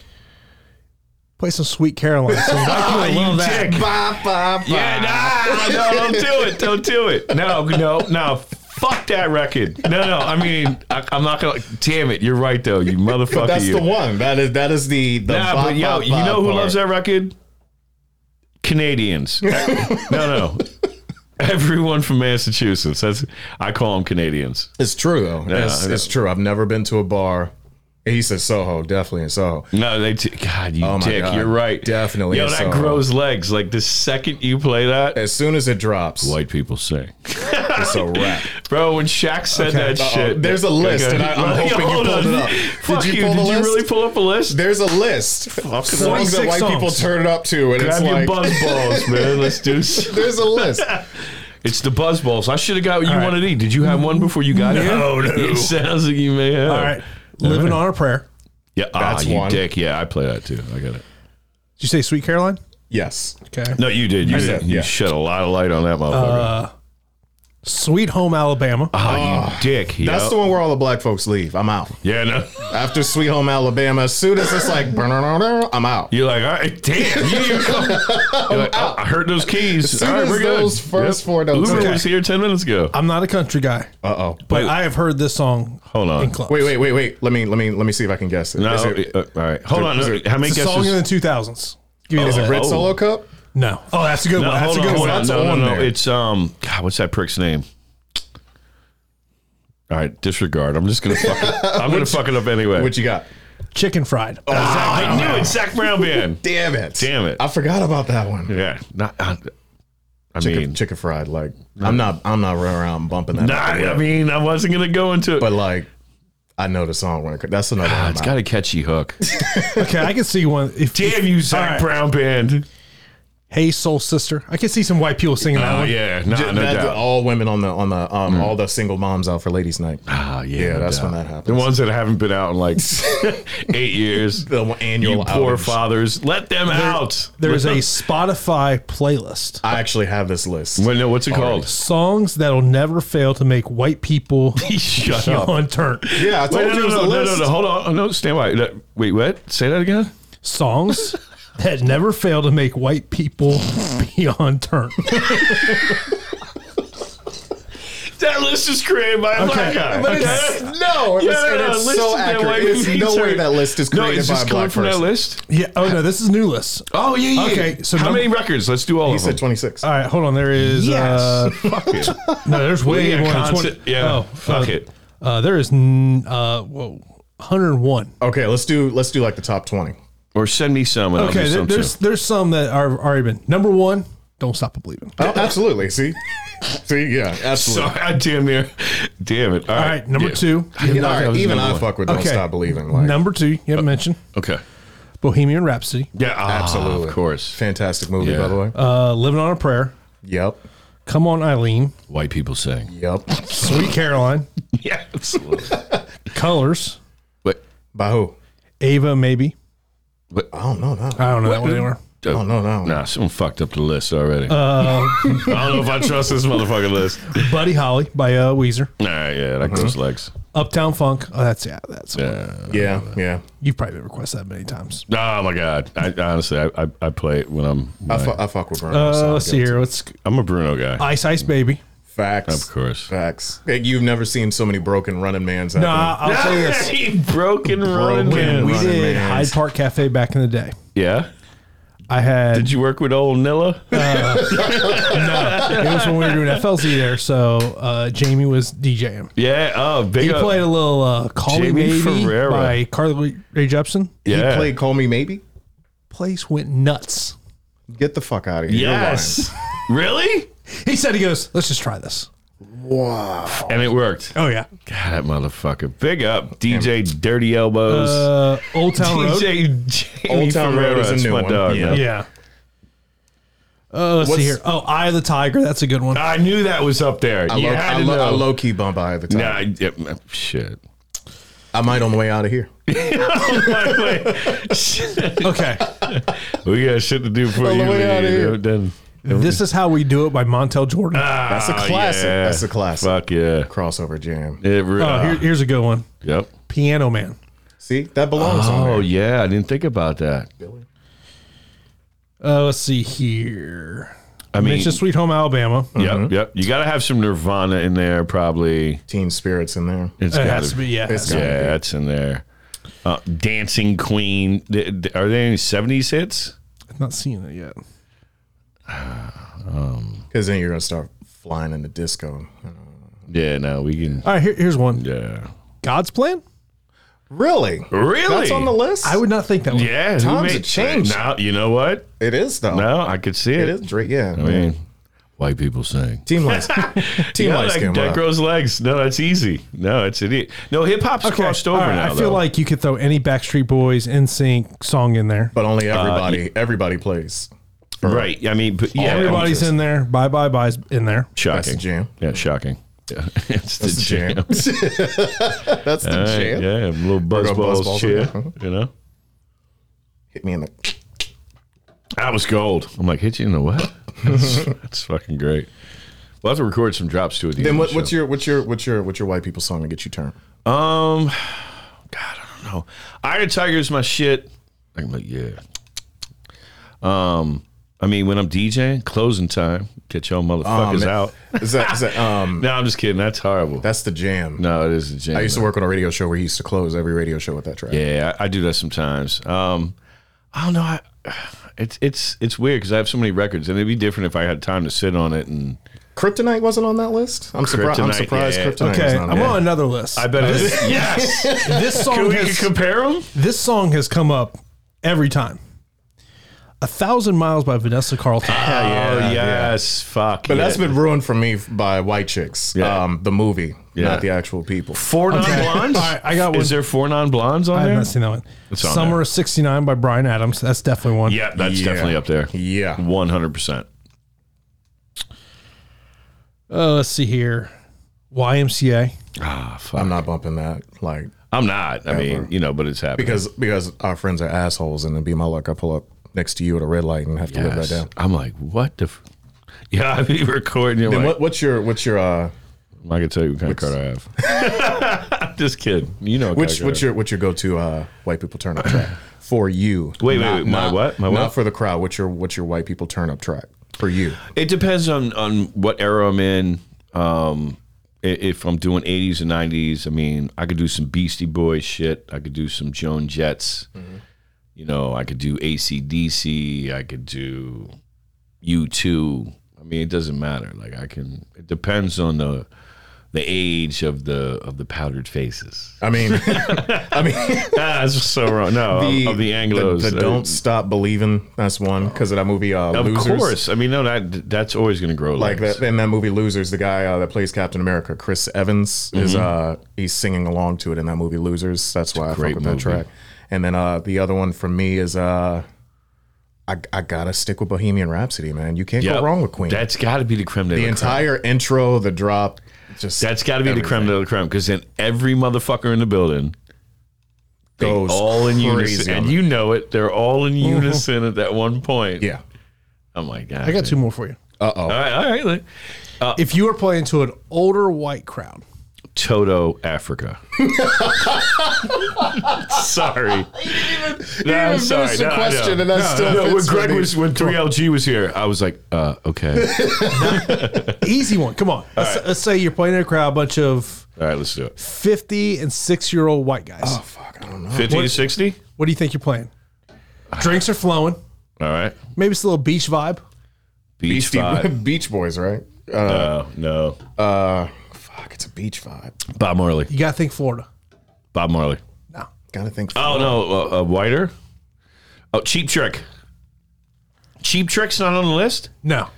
A: play some Sweet
B: <laughs>
A: Caroline. Some
B: Oh,
A: white people
B: you
A: love that.
B: dick.
E: Ba, ba, ba.
B: Yeah, nah, no, don't do it. Don't do it. No, no, no. Fuck that record. No, no. I mean, I, I'm not gonna. Damn it. You're right though. You motherfucker.
E: That's
B: you.
E: the one. That is that is the the.
B: Nah,
E: ba,
B: but yo,
E: ba,
B: you
E: ba
B: know who
E: part.
B: loves that record?
E: <laughs>
B: Canadians. no, no. Everyone from Massachusetts. That's I call them Canadians.
E: It's true though. it's,
B: yeah.
E: it's true. I've never been to a bar. He said Soho, definitely in Soho.
B: No, they. T- God, you
E: Oh my
B: dick.
E: God.
B: You're right.
E: Definitely
B: Yo,
E: a
B: that
E: song.
B: grows legs. Like the second you play that,
E: As soon as it drops,
B: white people sing.
E: it's a wrap.
B: Bro, when Shaq said that
E: Uh-oh.
B: shit,
E: There's a list, and I- I'm hoping you
B: hold
E: pulled
B: on.
E: it up.
B: Fuck
E: Did
B: you.
E: you pull
B: did
E: the
B: you
E: list?
B: really pull up a list?
E: There's a list. of Songs that
A: 46
E: white people
A: songs.
E: turn it up to, and
B: Grab
E: it's
B: your
E: like
B: buzz balls, man. Let's do. s-
E: <laughs> there's a <laughs> list.
B: It's the buzz balls. I should have got what you wanted to eat. Did you have one before you got
E: <laughs>
B: here?
A: No, no.
B: It sounds like you may have.
A: All right, living on a prayer.
B: Yeah, ah,
E: That's
B: you
E: one.
B: dick. Yeah, I play that too. I got it.
A: Did you say Sweet Caroline?
E: Yes,
A: Okay.
B: No, you did. You,
E: did,
B: you
E: yeah. Uh,
B: shed a lot of light on that motherfucker.
A: Sweet Home Alabama.
B: Ah, you dick.
E: uh, that's
B: yo.
E: the one where all the black folks leave. I'm out
B: Yeah, no. <laughs>
E: after Sweet Home Alabama. As soon as it's like, <laughs> I'm out.
B: You're like, all right, damn. You
E: <laughs>
B: didn't come. You're like, oh, I heard those keys.
E: As soon
B: all right,
E: as
B: we're good.
E: those first four notes-
B: Uber
E: Okay.
B: was here 10 minutes ago.
A: I'm not a country guy,
E: Uh oh.
A: but
B: Wait.
A: I have heard this song.
B: Hold on.
A: In clubs.
E: Wait, wait, wait, wait. Let me let me let me see if I can guess it.
B: No,
E: Is it-
B: uh, all right. Hold on.
E: is
B: no,
E: it-
B: How many
A: It's a song in the
B: guesses?
A: 2000s. Give me
E: is
A: that.
E: it Red
B: Oh.
E: Solo Cup?
A: No. Oh, that's a good
B: No,
A: one. That's
B: hold
A: a
B: on,
A: good
B: hold
A: one.
B: on.
E: That's
B: No, no,
E: on
B: no.
E: there.
B: It's um. God, what's that prick's name? All right, disregard. I'm just gonna fuck
E: <laughs>
B: it. I'm gonna fuck it up anyway.
E: What you got?
A: Chicken fried.
B: Ah, I knew it. Zach Brown
E: <laughs>
B: band.
E: Damn it!
B: Damn it.
E: I forgot about that one.
B: yeah, not. I, I
E: chicken,
B: mean,
E: chicken fried. Like I'm not I'm not running around bumping that.
B: nah,
E: up the
B: I
E: lip.
B: mean, I wasn't gonna go into it.
E: but like I know the song when it, that's another.
B: Ah,
E: one
B: it's
E: I'm
B: got a catchy
E: <laughs>
B: hook.
A: Okay, I can see one. If,
B: Damn
A: if-
B: you, Zach
A: all right.
B: Brown band.
A: Hey, Soul Sister. I can see some white people singing that
B: Oh
A: one.
B: yeah, nah,
E: Ju-
B: no
E: that's
B: doubt. Mm.
E: all women on Uh, the on the um all the single moms out for ladies night.
B: Ah, yeah,
E: yeah,
B: no
E: that's
B: doubt.
E: when that
B: The
E: happens.
B: ones that haven't been out in like <laughs> eight years.
E: The one annual
B: you poor
E: outage.
B: fathers, let them out.
A: There's a Spotify playlist.
E: I actually have this list.
B: Wait, no, what's it called?
A: Songs that'll never fail to make
B: <laughs>
A: white people
B: Shut up.
A: on turn.
E: yeah, I told
B: Wait,
E: you
B: no,
E: it
B: no,
E: was
B: no,
E: a
B: no, no,
E: list.
B: no, hold on. Oh, No, stand by. No, Wait, what? Say that again?
A: Songs that never fail to make white people <laughs> be on turn.
B: That list is created by a black
A: Okay.
B: guy.
E: But
B: okay?
E: it's, no, it's,
B: Yeah,
E: and
B: no,
E: it's
B: list
E: so
B: is that
E: accurate.
B: way
E: There's
B: we
E: no way
B: turn-
E: that list is
B: No,
E: created
B: it's
E: by a
B: just coming
E: black
B: from
E: person.
B: that list?
A: Yeah. Oh no, this is new list.
B: Oh, yeah, yeah.
A: Okay, so
B: How
A: num-
B: many records? Let's do all
E: He
B: of them.
E: said 26.
A: All right, hold on. There is uh,
B: Fuck it.
A: no. There's way
B: Yeah,
A: more than
B: concept-
A: twenty.
B: yeah,
A: Oh,
B: fuck
A: uh,
B: it.
A: Uh, there is n- uh, whoa, 101.
E: okay, let's do let's do like the
B: <laughs>
E: top 20.
B: Or send me some and I'll
A: Okay,
B: do
A: there,
B: some
A: there's there's some that are already been number one. Don't stop believing.
E: Oh, absolutely. See, see, yeah,
B: too.
E: absolutely.
B: Sorry, I damn near. Damn it. All right,
A: All right,
B: <laughs>
A: number
B: yeah.
A: two.
B: I did
E: All
B: not
E: right,
B: know that was
E: even
B: number
E: I
B: one.
E: fuck with Don't
A: Okay.
E: Stop Believing. Like,
A: number two, you haven't mentioned
B: Okay.
A: Bohemian Rhapsody,
B: Yeah, ah,
E: absolutely.
B: Of course.
E: Fantastic movie,
B: Yeah.
E: by the way.
A: uh, Living on a Prayer,
E: yep.
A: Come On Eileen,
B: White people <laughs> sing.
E: Yep.
A: Sweet Caroline,
B: Yeah, absolutely.
A: Colors,
B: But
E: By who?
A: Ava, maybe.
E: I don't know now.
A: I don't know that one anymore.
E: I don't know now.
B: Nah, someone fucked up the list already. I don't know if I trust this motherfucking <laughs> list. Uh-huh.
A: Buddy Holly by uh, Weezer.
B: All right, yeah, that goes legs.
A: Uptown Funk. Oh, that's yeah. That's
B: Yeah.
E: yeah, yeah.
A: you've probably been requested that many times.
B: Oh my god! I, honestly, I, I I play it when I'm.
E: I,
B: when
E: fu- I fuck with Bruno.
A: Uh,
E: so I'm
A: let's see
E: guilty.
A: here. Let's
B: I'm a Bruno guy.
A: Ice Ice Baby.
E: Facts.
B: Of course.
E: Facts. Like, You've never seen so many broken running mans. out
A: Nah, I'll say
B: <laughs>
A: this.
B: broken
E: Running Man.
A: When we
E: Running
A: did
E: Man's.
A: Hyde Park Cafe back in the day,
B: Yeah.
A: I had
B: Did you work with old Nilla?
A: it was when we were doing FLZ there, so uh, Jamie was DJing.
B: <laughs> yeah. Oh, big.
A: He
B: up.
A: played a little uh, "Call
B: Jamie
A: Me Maybe"
B: Ferreira.
A: by Carly Rae Jepsen.
E: there.
B: Yeah.
E: He played Call Me Maybe?
A: Place went nuts.
E: Get the fuck out of here. You're
B: Yes. <laughs> really?
A: He said, "He goes, let's just try this."
B: And it worked.
A: Oh yeah,
B: God, that motherfucker. Big up, DJ Dirty Elbows.
A: uh, Old Town
B: Oh, <laughs>
A: Road.
B: DJ Jamie
E: Old Town Road
B: Ferreira,
E: is a
B: that's
E: new
B: my
E: one.
B: dog,
E: Yeah.
B: man.
A: Yeah. Uh, let's see
E: What's-
A: here. Oh, Eye of the Tiger. That's a good one.
B: I knew that was up there.
E: lying.
B: you
E: I,
B: had
E: low, I,
B: to
E: lo- I
B: know.
E: low key bump by the time.
B: Nah, I- yeah, shit. <laughs>
E: I might on the way out of here.
B: Oh,
A: Okay,
B: <laughs> we got shit to do for
E: On
B: you.
E: the way
B: man.
E: outta here.
B: Then-
A: this is how we do it by Montel Jordan.
E: That's a
B: Ah,
E: classic.
B: yeah.
E: That's a classic.
B: Fuck yeah.
E: Crossover jam.
B: It re-
A: oh, here,
B: ah,
A: here's a good one.
B: yep.
A: Piano Man.
E: See, that belongs on
B: Oh
E: there.
B: yeah, I didn't think about that.
A: Uh, let's see here.
B: I mean,
A: Mention Sweet Home Alabama.
B: yep, yep. You got to have some Nirvana in there, probably.
E: Teen Spirits in there.
B: It's
A: It
B: got
A: has to be. Yeah. it has
E: It's
A: to be.
E: gotta
B: Yeah, that's in there. Uh, Dancing Queen. Th- th- Are there any '70s hits?
A: I'm not seeing it yet.
E: Because then you're going to start flying in the disco.
B: Yeah, no, we can.
A: All right, here, here's one.
B: Yeah,
A: God's plan?
E: Really?
B: really.
E: That's on the list?
A: I would not think that. One.
B: Yeah, who
E: Times
B: made-
E: have changed.
B: Now you know what?
E: it is, though.
B: No, I could see it.
E: It is Drake. Yeah.
B: I mean, white people sing.
E: <laughs> Team Lights. Team
B: Yeah,
E: Lights.
B: like
E: came
B: that
E: up.
B: grows legs. No, that's easy. No, it's idiot. No, hip hop's
A: Okay,
B: crossed over
A: all right,
B: now.
A: I feel
B: though.
A: like you could throw any Backstreet Boys in sync song in there.
E: But only everybody, everybody plays.
B: right. I mean, but yeah,
A: Everybody's in there. Bye bye bye's in there.
B: shocking.
E: That's the jam.
B: Yeah, shocking. <laughs> Yeah, it's
E: That's
B: the
E: the
B: jam.
E: jam. That's the
B: All right,
E: jam.
B: yeah, a little buzz
E: gonna
B: balls,
E: buzz balls
B: cheer.
E: in
B: You know,
E: Hit me in the.
B: that was gold. I'm like, hit you in the what? <laughs> That's, that's fucking great. We'll have to record some drops to it.
E: Then what, what's your what's your what's your what's your white people song to get you turned?
B: um? <sighs> God, I don't know. Iron Tiger is my shit. I'm like, yeah. Um, I mean, when I'm DJing, closing time, get y'all motherfuckers
E: man.
B: out.
E: Is that, is that
B: <laughs>
E: um?
B: No, I'm just kidding. That's horrible.
E: That's the jam.
B: no, it is a jam.
E: I used to work on a radio show where he used to close every radio show with that track.
B: Yeah, I, I do that sometimes. Um, I don't know. I, <sighs> it's it's it's weird because I have so many records, and it'd be different if I had time to sit on it. And
E: Kryptonite wasn't on that list. I'm surprised. I'm
B: Kryptonite,
E: surprised.
B: yeah.
E: Kryptonite.
A: Okay,
E: was not
A: I'm on another list.
B: I bet it's <laughs> yes. <laughs>
A: this song has
B: compare them?
A: this song has come up every time. A thousand miles by Vanessa Carlton.
B: oh yes, fuck.
E: But that's
B: yeah.
E: been ruined for me by white chicks.
B: Yeah.
E: Um, the movie,
B: Yeah.
E: not the actual people.
B: four non blondes.
A: All right, I got one.
B: Is there four non blondes on
A: I have
B: there?
A: not seen that one.
B: It's on
A: Summer
B: there.
A: of '69 by Brian Adams. That's definitely one.
B: Yeah, that's
E: Yeah.
B: definitely up there.
E: Yeah.
B: one hundred percent.
A: Uh, let's see here. YMCA.
B: Ah, fuck.
E: I'm not bumping that. Like
B: I'm not. I mean, you know, but it's happening.
E: because because our friends are assholes, and it'd be my luck. I pull up next to you at a red light and have to live
B: Yes.
E: that down.
B: I'm like, what the? F-? Yeah, <laughs> I be recording. You're
E: Then
B: like,
E: what, what's your what's your uh
B: I can tell you what kind of card I have. <laughs> I'm just kidding. You know what kind
E: which
B: of card
E: what's your what's your go to uh white people turn up <sighs> track for you?
B: Wait, wait, wait, my what? My what?
E: Not for the crowd. What's your what's your white people turn up track for you?
B: It depends on on what era I'm in. Um, i- if I'm doing 80s and 90s, I mean, I could do some Beastie Boys shit. I could do some Joan Jets. You know, I could do ACDC. I could do U2. I mean, it doesn't matter. Like I can. It depends on the the age of the of the powdered faces.
E: I mean, I mean.
B: <laughs> ah, that's so wrong. No, of, of the Anglo's.
E: the, the
B: Uh,
E: don't stop believing. That's one because of that movie. Uh,
B: Of
E: Losers.
B: course. I mean, no, that that's always going to grow
E: like
B: legs.
E: that in that movie Losers, the guy uh, that plays Captain America, Chris Evans, is uh he's singing along to it in that movie Losers. That's why I fuck
B: Mm-hmm. great
E: with
B: movie.
E: that track. And then uh the other one for me is uh I, I gotta stick with Bohemian Rhapsody, man. You can't
B: Yep.
E: go wrong with Queen.
B: That's got to be the creme de
E: the
B: la creme.
E: entire intro, the drop, just
B: That's got to be the creme de la creme because then every motherfucker in the building They
E: goes
B: all in
E: crazy
B: unison,
E: on
B: and
E: it.
B: you know it. They're all in unison at that one point.
E: Yeah.
B: Oh my god!
A: I got two more for you.
E: Uh oh.
B: All right, all right. like, Uh.
A: If you were playing to an older white crowd,
B: Toto Africa.
E: <laughs> <laughs>
B: sorry. No, I'm
E: even
B: sorry.
E: finished the
B: No, I know.
E: question, and that
B: No,
E: still
B: no, when
E: fits
B: Greg
E: with me.
B: was when 3LG was here, I was like, uh, okay.
E: <laughs>
A: easy one. Come on. Let's,
B: right.
A: let's say you're playing in a crowd, a bunch of
B: All right, let's do it.
A: 50 and six year old white guys.
B: Uh.
E: Oh, Fuck, I don't know.
B: 50 to 60?
A: What do you think you're playing? Drinks are flowing.
B: All right.
A: Maybe it's a little beach vibe.
B: Beach
E: Beastie-
B: vibe.
E: <laughs> Beach Boys, right? Uh,
B: Oh, no.
E: uh, fuck, it's a beach vibe.
B: Bob Marley.
A: You got to think Florida.
B: Bob Marley.
A: No.
E: Gotta think.
B: Oh, no. Uh, uh, Whiter? Oh, Cheap Trick. Cheap Trick's not on the list?
A: No.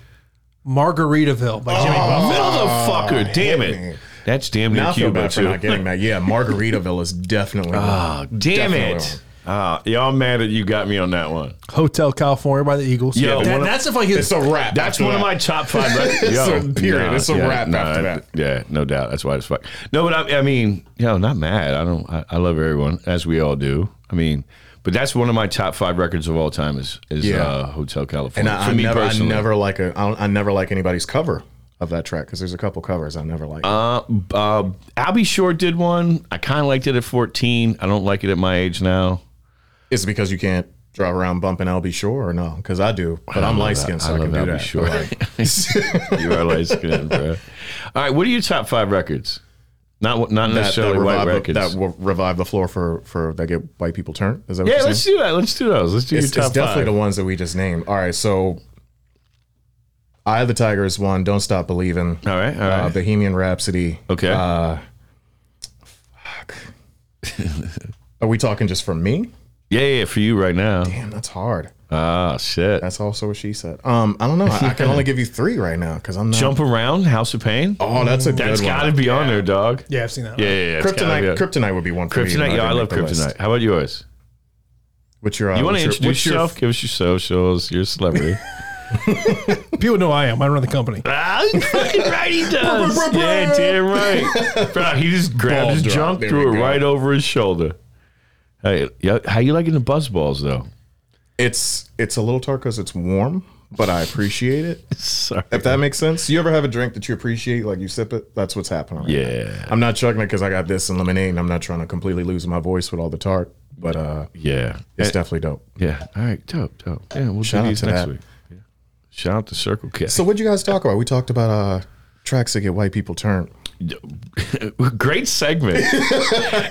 A: Margaritaville by
B: Oh.
A: Jimmy
E: Oh,
A: Buffett.
B: Motherfucker. damn it.
E: me.
B: That's damn
E: Now
B: near
E: I feel
B: Cuba,
E: bad for
B: too.
E: not getting that. Yeah, Margaritaville is definitely.
B: Ah, damn
E: Definitely
B: it. Ah, y'all mad that you got me on that one.
A: Hotel California by the Eagles.
B: Yeah,
A: That-
B: one of-
A: that's if I could.
E: it's a wrap.
B: That's
E: after
B: one of
E: that.
B: my top
E: <laughs>
B: five. Right?
E: It's a period. It's a wrap after that.
B: Yeah, no doubt. That's why it's fuck. No, but I, I mean, you know, not mad. I don't. I, I love everyone as we all do. I mean, but that's one of my top five records of all time. Is is
E: Yeah.
B: uh, Hotel California
E: And I,
B: for
E: I
B: me
E: never, I
B: personally.
E: never like a, I, don't- I never like anybody's cover of that track because there's a couple covers I never like.
B: Uh, uh, Albie Shore did one. I kind of liked it at fourteen. I don't like it at my age now.
E: Is it because you can't drive around bumping LB Shore or no? Because I do, but I'm light skinned, so I,
B: love
E: can do
B: Albie
E: that.
B: Shore. <laughs>
E: But, like,
B: you are light skinned, bro. All right, what are your top five records? Not what- not
E: that, that,
B: necessarily white
E: revive,
B: records.
E: that will revive the floor for for that get white people turned. Is that what
B: yeah,
E: you're
B: let's
E: saying?
B: do that. Let's do those. Let's do
E: It's,
B: your top
E: it's definitely
B: five.
E: the ones that we just named. All right, so Eye of the Tiger is one. Don't stop believing.
B: All right, all
E: Uh,
B: right.
E: Bohemian Rhapsody.
B: okay.
E: Are we talking just for me?
B: yeah, yeah, for you right now.
E: Damn, that's hard.
B: Ah, shit.
E: That's also what she said. Um, I don't know. I, I can only give you three right now because I'm not.
B: Jump around, House of Pain.
E: Oh, that's a good
B: That's
E: one.
B: got to be on there, dog.
A: Yeah, I've seen that.
B: Yeah, yeah, yeah. it's gotta be
E: Kryptonite.
B: on-
E: Kryptonite would be one. For me,
B: Kryptonite.
E: but
B: Yeah, I love
E: didn't make the list.
B: Kryptonite. How about yours?
E: What's your? Uh,
B: You want to
E: what's your-
B: introduce
E: what's your-
B: yourself? Give us your socials. You're a
E: <laughs>
B: celebrity.
A: People know I am. I run the company.
B: ah, he's fucking right, he does.
E: <laughs> Bruh, bruh, bruh,
B: yeah, damn right. Bro, he just grabbed
E: Ball
B: his
E: drop.
B: junk,
E: There
B: threw
E: we
B: it
E: go.
B: right over his shoulder. Hey, yeah, how you liking the buzz balls though?
E: It's it's a little tart because it's warm, but I appreciate it.
B: <laughs> Sorry.
E: If that makes sense. You ever have a drink that you appreciate, like you sip it? That's what's happening. right now.
B: Yeah,
E: I'm not chugging it because I got this and lemonade, and I'm not trying to completely lose my voice with all the tart. But uh,
B: yeah, Eh,
E: it's definitely dope.
B: yeah. All right, dope, dope. Yeah, we'll
E: Shout
B: do
E: out
B: these
E: to
B: next
E: that.
B: week. Yeah. Shout out to Circle K.
E: So what'd you guys talk about? We talked about uh tracks that get white people turned.
B: <laughs> Great
E: <laughs>
B: segment.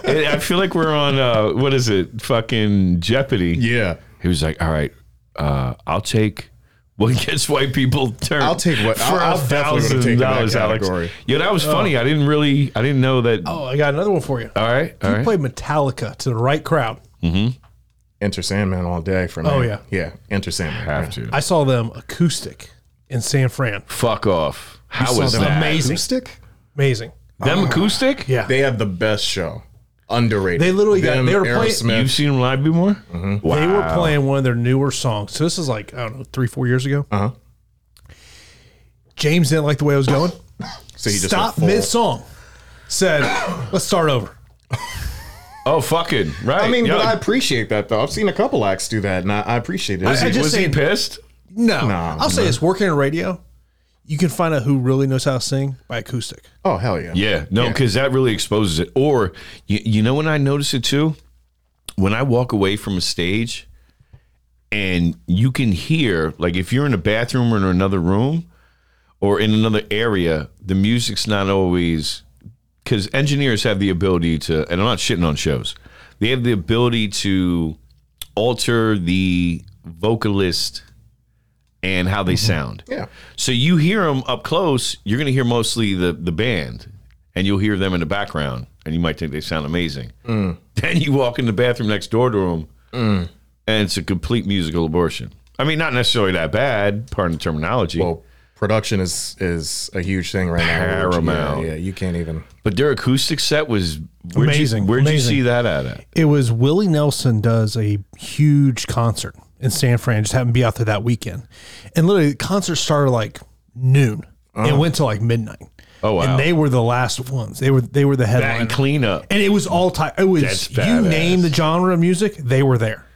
B: And I feel like we're on uh, what is it? Fucking Jeopardy.
E: Yeah.
B: He was like, "All right, uh, I'll take <laughs> what gets white people turned.
E: I'll take what-
B: for
E: I'll-
B: a
E: I'll definitely would've
B: thousand
E: taken that
B: dollars, Alex.
E: category.
B: Yeah, that was funny. I didn't really, I didn't know that.
A: Oh, I got another one for you.
B: All right, all
A: you
B: right.
A: play Metallica to the right crowd.
E: Enter Sandman all day for me.
A: Oh, yeah.
E: Yeah. Enter Sandman.
B: have to
A: I saw them acoustic in San Fran.
B: fuck off. How
E: saw
B: was
E: them
B: that?
A: Amazing.
E: Acoustic?
A: Amazing.
B: Them acoustic?
A: Yeah.
E: They have the best show. Underrated.
A: They literally got- they were playing-
E: Aerosmith.
B: You've seen them live before?
E: Mm-hmm.
B: Wow.
A: They were playing one of their newer songs. So this is like, I don't know, three, four years ago.
E: Uh-huh.
A: James didn't like the way I was going.
E: so he just went
A: Stop
E: full-
A: mid song. Said, <coughs> let's start over.
B: Oh, fucking right.
E: I mean,
B: Yeah.
E: but I appreciate that though. I've seen a couple acts do that, and I, I appreciate it.
A: I
B: was he,
A: just
B: was he
A: saying-
B: pissed?
A: No.
E: Nah,
A: I'll say this working in radio, you can find out who really knows how to sing by acoustic.
E: oh hell yeah!
B: Yeah, no, because that really exposes it. Or you, you know when I notice it too, when I walk away from a stage, and you can hear like if you're in a bathroom or in another room, or in another area, the music's not always because engineers have the ability to, and I'm not shitting on shows, they have the ability to alter the vocalist and how they sound.
E: Mm-hmm. Yeah.
B: So you hear them up close, you're going to hear mostly the the band, and you'll hear them in the background, and you might think they sound amazing.
E: Mm.
B: <laughs> Then you walk in the bathroom next door to them, and it's a complete musical abortion. I mean, not necessarily that bad, pardon the terminology,
E: Well, production is is a huge thing right now.
B: Paramount.
E: Yeah, yeah, you can't even.
B: but their acoustic set was where'd
A: Amazing,
B: You, where'd
A: amazing.
B: you see that at? at?
A: It was Willie Nelson does a huge concert in San Fran. Just happened to be out there that weekend, and literally the concert started like noon and went to like midnight.
B: Uh-huh. Oh, wow.
A: And they were the last ones. They were they were the
B: That
A: headline.
B: and cleanup.
A: And it was all time. It was
B: That's
A: you name
B: badass.
A: the genre of music, they were there.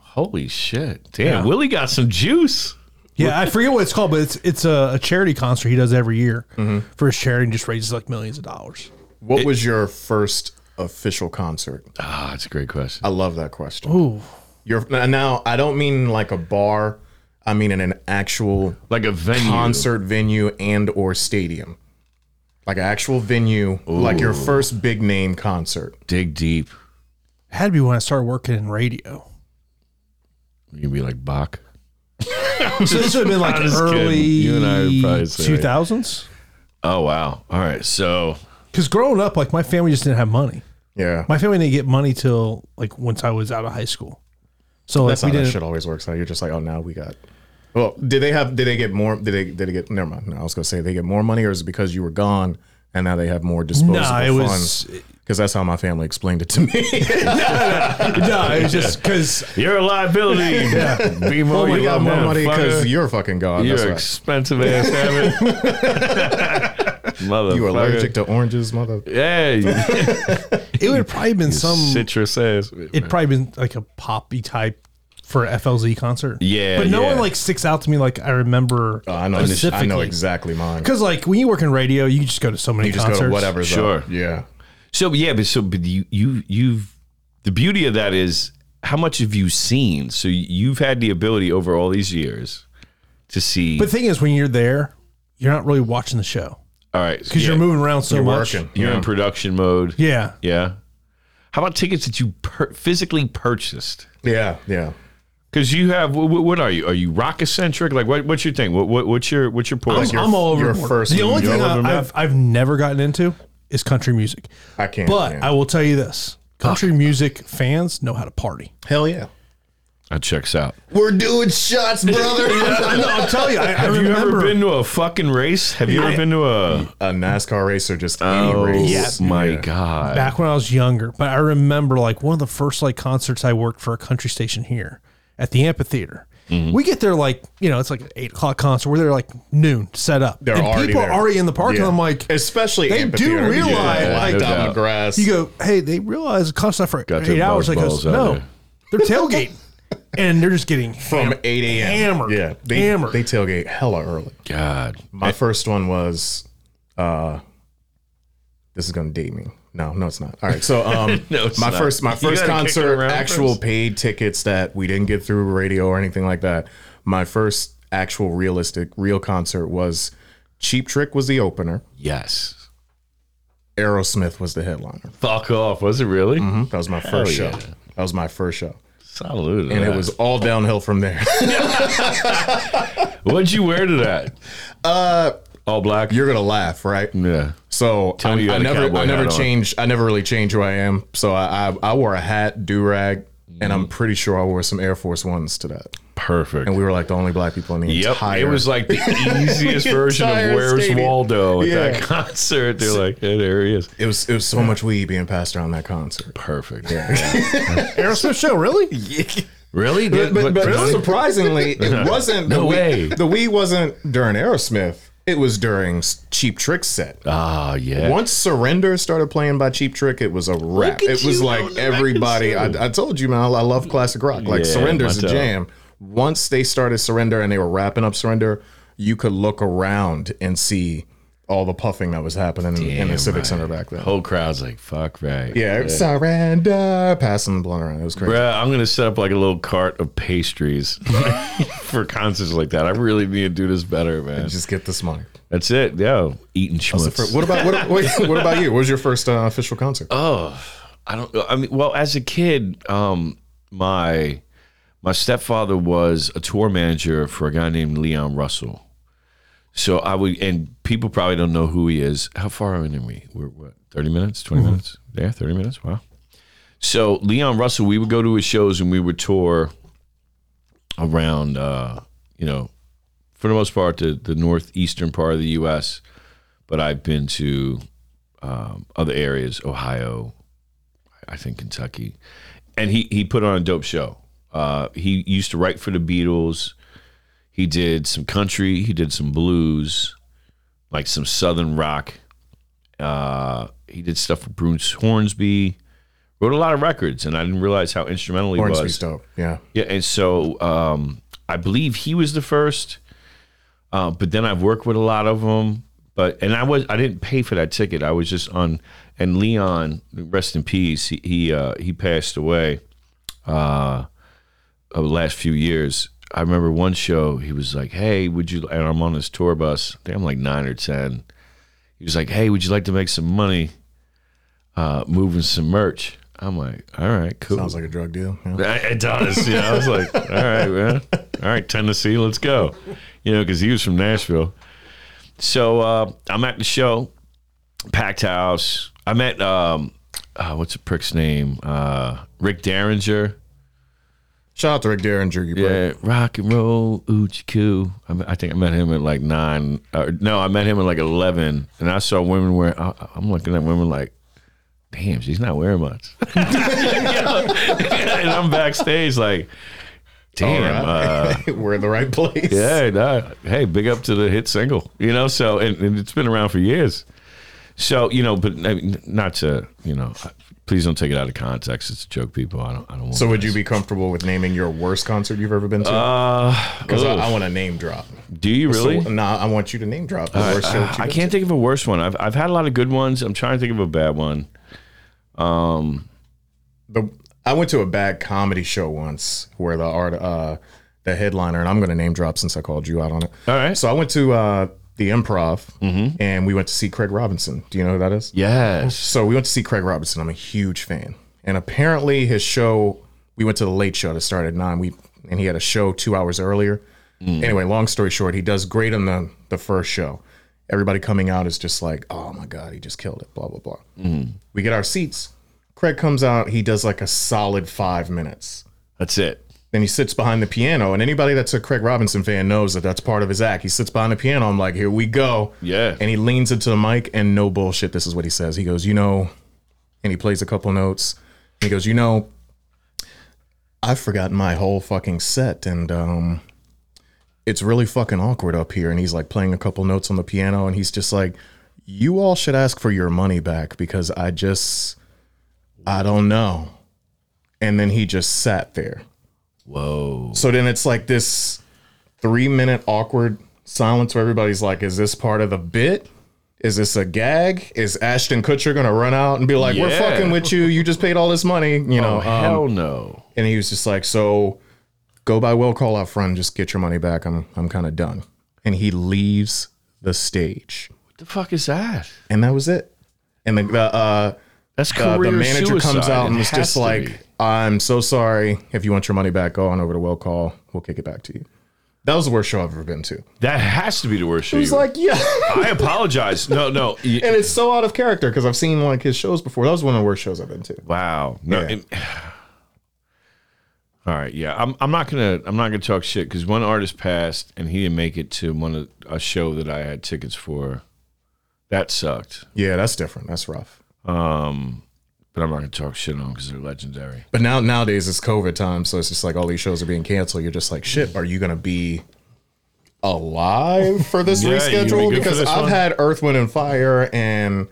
B: Holy shit. Damn, Willie got some juice.
A: Yeah, I forget what it's called, but it's it's a, a charity concert he does every year
B: Mm-hmm.
A: for his charity and just raises like millions of dollars.
E: What was your first official concert?
B: Ah, that's a great question.
E: I love that question. Ooh. Your now I don't mean like a bar. I mean in an actual
B: Like a venue.
E: concert venue and or stadium. Like an actual venue, like your first big name concert.
B: Dig deep.
A: It had to be when I started working in radio.
B: You'd be like Bach.
A: So this would have been
B: <laughs>
A: like
B: I'm just
A: early
B: kidding. You and I are probably the same.
A: 2000s.
B: Oh wow. All right. So
A: Because growing up, like my family just didn't have money.
E: Yeah.
A: My family didn't get money till like once I was out of high school. So like,
E: That's
A: we
E: how that
A: didn't.
E: shit always works. Now you're just like, oh, now we got. Well, did they have? Did they get more? Did they? Did they get? Never mind. No, I was gonna say they get more money, or is it because you were gone and now they have more disposable
A: it was-
E: funds? Because that's how my family explained it to
A: <laughs>
E: me.
A: no, it was just
E: <laughs>
A: because
B: you're a liability. <laughs> yeah. Be more.
E: oh, we got more money because
B: you're,
E: you're fucking gone.
B: you're
E: that's right.
B: expensive
E: <laughs>
B: ass habit. Motherfucker.
E: You were allergic to oranges, mother.
B: Yeah.
E: <laughs>
B: you
A: it would have probably been some.
B: citrus ass.
A: It'd probably been like a poppy type for a FLZ concert.
B: Yeah,
A: but no
B: yeah.
A: one like sticks out to me like I remember.
E: Oh, I know. I know
A: specifically.
E: exactly mine.
A: Because like when you work in radio, you just go to so many
E: You just
A: concerts.
E: go to whatever.
B: Sure.
E: Sure. Yeah.
B: So yeah, but so but you you you've the beauty of that is how much have you seen? So you've had the ability over all these years to see.
A: But the thing is, when you're there, you're not really watching the show
B: all right,
A: because you're moving around so
E: You're
A: much.
E: working.
B: You're
E: yeah.
B: in production mode.
A: Yeah.
B: Yeah. How about tickets that you per- physically purchased?
E: Yeah. Yeah.
B: Because you have what, what are you? Are you rock eccentric? Like what, what's your thing? What, what what's your what's your point?
A: I'm, I'm all over
E: your
A: the board.
E: first-
A: The only
E: you're
A: thing
E: all over the
A: I,
E: map.
A: I've I've never gotten into is country music.
E: I can't.
A: But
E: yeah.
A: I will tell you this: <laughs> country music fans know how to <laughs> party.
E: hell yeah.
B: that checks out.
E: We're doing shots, brother.
A: I know. I'll tell you. I, I
B: Have you
A: remember.
B: ever been to a fucking race? Have you ever been to a?
E: a NASCAR race or just any race?
B: Oh my god!
A: back when I was younger, but I remember like one of the first like concerts I worked for a country station here at the amphitheater. We get there like you know it's like an eight o'clock concert. We're there like noon, set up,
E: They're
A: and
E: already
A: people
E: there.
A: are already in the parking.
E: Yeah.
A: I'm like,
E: especially
A: they do
E: amphitheater.
A: realize,
E: yeah,
A: like,
E: like down
B: no
E: the grass.
A: you go, hey, they realize the concert's not for
B: Got their
A: eight hours. I
B: buzz
A: goes,
B: balls out
A: no,
B: there.
A: they're <laughs> tailgating, and they're just getting
E: from
A: ham-
E: eight a.m.
A: hammered,
E: Yeah, they,
A: hammered.
E: They tailgate hella early.
B: God,
E: My first one was, uh, this is gonna date me. No, no, it's not. All right,
B: <laughs>
E: so um,
B: No, it's
E: my
B: not.
E: first my
B: You
E: first
B: gotta kick it
E: concert,
B: around
E: actual
B: first.
E: paid tickets that we didn't get through radio or anything like that. My first actual realistic real concert was Cheap Trick was the opener.
B: yes.
E: Aerosmith was the headliner.
B: Fuck off. Was it really?
A: Mm-hmm.
E: That was my first
B: Hmm? yeah.
E: show. That was my first show,
B: Salute.
E: and it was <laughs> all downhill from there. <laughs>
B: What'd you wear to that?
E: uh,
B: All black.
E: you're gonna laugh, right?
B: yeah.
E: So
B: Mm. Tell me you
E: I, I
B: had a
E: never,
B: cowboy
E: I never
B: hat on.
E: change. I never really change who I am. So I, I, I wore a hat, do rag, and
B: Mm.
E: I'm pretty sure I wore some Air Force Ones to that.
B: Perfect.
E: And we were like the only black people in the
B: Yep,
E: entire.
B: it was like
E: <laughs>
B: the easiest version of
E: entire
B: "Where's
E: stadium.
B: Waldo" at
E: Yeah.
B: that concert. They're like, "Yeah, there he is."
E: it was, it was so much weed being passed around
B: <laughs>
E: that concert.
B: Perfect.
E: <laughs>
A: Aerosmith show, really?
B: Really?
E: But, but, but
B: really?
E: surprisingly,
B: <laughs>
E: it wasn't. The
B: No
E: weed,
B: way.
E: The weed wasn't during Aerosmith. It was during S- Cheap Trick set.
B: Ah, yeah.
E: Once Surrender started playing by Cheap Trick, it was a wrap.
B: at
E: It was
B: you
E: like
B: knowing the
E: everybody.
B: record
E: I, I told you, man, I, I love classic rock. Like
B: Yeah,
E: Surrender's
B: my
E: a
B: dog.
E: jam. Once they started Surrender and they were wrapping up Surrender, you could look around and see all the puffing that was happening in, in the
B: Damn
E: Civic
B: right.
E: Center back then.
B: Whole crowd's like, "Fuck right."
E: yeah, Surrender, passing the blunt around. It was crazy.
B: Bruh, I'm gonna set up like a little cart of pastries <laughs> for concerts like that. I really need to do this better, man.
E: Just get this money.
B: That's it, yo. Eating schmutz.
E: For- What about what, wait,
B: <laughs>
E: what about you? What was your first uh, official concert?
B: Oh, I don't. I mean, well, as a kid, um, my my stepfather was a tour manager for a guy named Leon Russell. So I would, and people probably don't know who he is. How far are in are we? We're what? Thirty minutes? 20 minutes? Yeah, thirty minutes. Wow. So Leon Russell, we would go to his shows and we would tour around, uh, you know, for the most part, the, the northeastern part of the U.S. But I've been to um, other areas, Ohio, I think Kentucky, and he he put on a dope show. Uh, he used to write for the Beatles. He did some country. He did some blues. like some southern rock. Uh, he did stuff with Bruce Hornsby. Wrote a lot of records, and I didn't realize how instrumental he
E: Hornsby's
B: was.
E: dope. Yeah.
B: Yeah, and so um, I believe he was the first. Uh, but then I've worked with a lot of them. But and I was I didn't pay for that ticket. I was just on. And Leon, rest in peace. He he, uh, he passed away. Uh, of the last few years. I remember one show. He was like, "Hey, would you?" And I'm on this tour bus. I think I'm like nine or ten. He was like, "Hey, would you like to make some money, uh, moving some merch?" I'm like, "All right, cool."
E: Sounds like a drug deal. Yeah.
B: I- It does. Yeah. I was like, all right, man. All right, Tennessee, let's go. You know, because he was from Nashville. So uh, I'm at the show, packed house. I met, um, uh, what's the prick's name? Uh, Rick Derringer.
E: Shout out to Rick Derringer. You yeah.
B: Yeah, rock and roll, oochie coo. I, met- I think I met him at like nine. Uh, no, I met him at like eleven, and I saw women wearing. I, I'm looking at women like, damn, she's not wearing much. <laughs> and I'm backstage like, damn.
E: Oh,
B: Uh,
E: <laughs> We're in the right place.
B: yeah, nah, hey, big up to the hit single, you know. So, and, and it's been around for years. So, you know, but I mean, not to, you know, please don't take it out of context. It's a joke, people. I don't, I don't want.
E: So would you be comfortable with naming your worst concert you've ever been to? Because I, I want a name drop.
B: Do you Uh, really?
E: So, nah, I want you to name drop the worst show that you've
B: I
E: been
B: can't think of a worse one. I've I've had a lot of good ones. I'm trying to think of a bad one.
E: the I went to a bad comedy show once where the art uh the headliner and I'm going to name drop since I called you out on it.
B: All right. Mm-hmm.
E: So I went to uh the Improv and we went to see Craig Robinson. Do you know who that is?
B: Yes.
E: So we went to see Craig Robinson. I'm a huge fan. And apparently his show we went to the late show that started at 9. We and he had a show 2 hours earlier. Anyway, long story short, he does great on the the first show. Everybody coming out is just like, "Oh my god, he just killed it." blah blah blah. We get our seats. Craig comes out, he does like a solid 5 minutes.
B: That's it.
E: Then he sits behind the piano, and anybody that's a Craig Robinson fan knows that that's part of his act. He sits behind the piano. I'm like, here we go.
B: Yeah.
E: And he leans into the mic, and no bullshit. This is what he says. He goes, you know, and he plays a couple notes. And he goes, you know, I've forgotten my whole fucking set, and um, it's really fucking awkward up here. And he's like playing a couple notes on the piano, and he's just like, you all should ask for your money back because I just, I don't know. And then he just sat there.
B: Whoa.
E: So then it's like this three minute awkward silence where everybody's like, is this part of the bit? Is this a gag? Is Ashton Kutcher gonna run out and be like, we're
B: Yeah.
E: fucking with you. You just paid all this money, you know?
B: Oh,
E: um,
B: hell no.
E: and he was just like, so go by will call out front, just get your money back. I'm I'm kind of done. And he leaves the stage,
B: What the fuck is that?
E: and that was it. And the, the uh,
B: That's
E: uh,
B: career
E: the manager
B: suicide.
E: comes out and
B: It
E: was
B: has
E: just
B: to
E: like,
B: be.
E: "I'm so sorry. If you want your money back, go on over to Will Call. We'll kick it back to you." That was the worst show I've ever been to. It
B: that has to be the worst show.
E: was
B: you-
E: like, yeah, <laughs>
B: I apologize. No, no. You-
E: and it's so out of character because I've seen like his shows before. That was one of the worst shows I've been to.
B: Wow. No,
E: Yeah.
B: it- <sighs> all right. Yeah. I'm. I'm not gonna. I'm not gonna talk shit because one artist passed and he didn't make it to one of a show that I had tickets for. That sucked.
E: Yeah, that's different. That's rough.
B: Um, but I'm not gonna talk shit on because they're legendary.
E: But now nowadays it's COVID time, so it's just like all these shows are being canceled. You're just like, shit. Are you gonna be alive for this
B: Yeah, you gonna be good
E: reschedule?
B: for
E: Because
B: this
E: I've
B: one?
E: had Earth, Wind, and Fire and.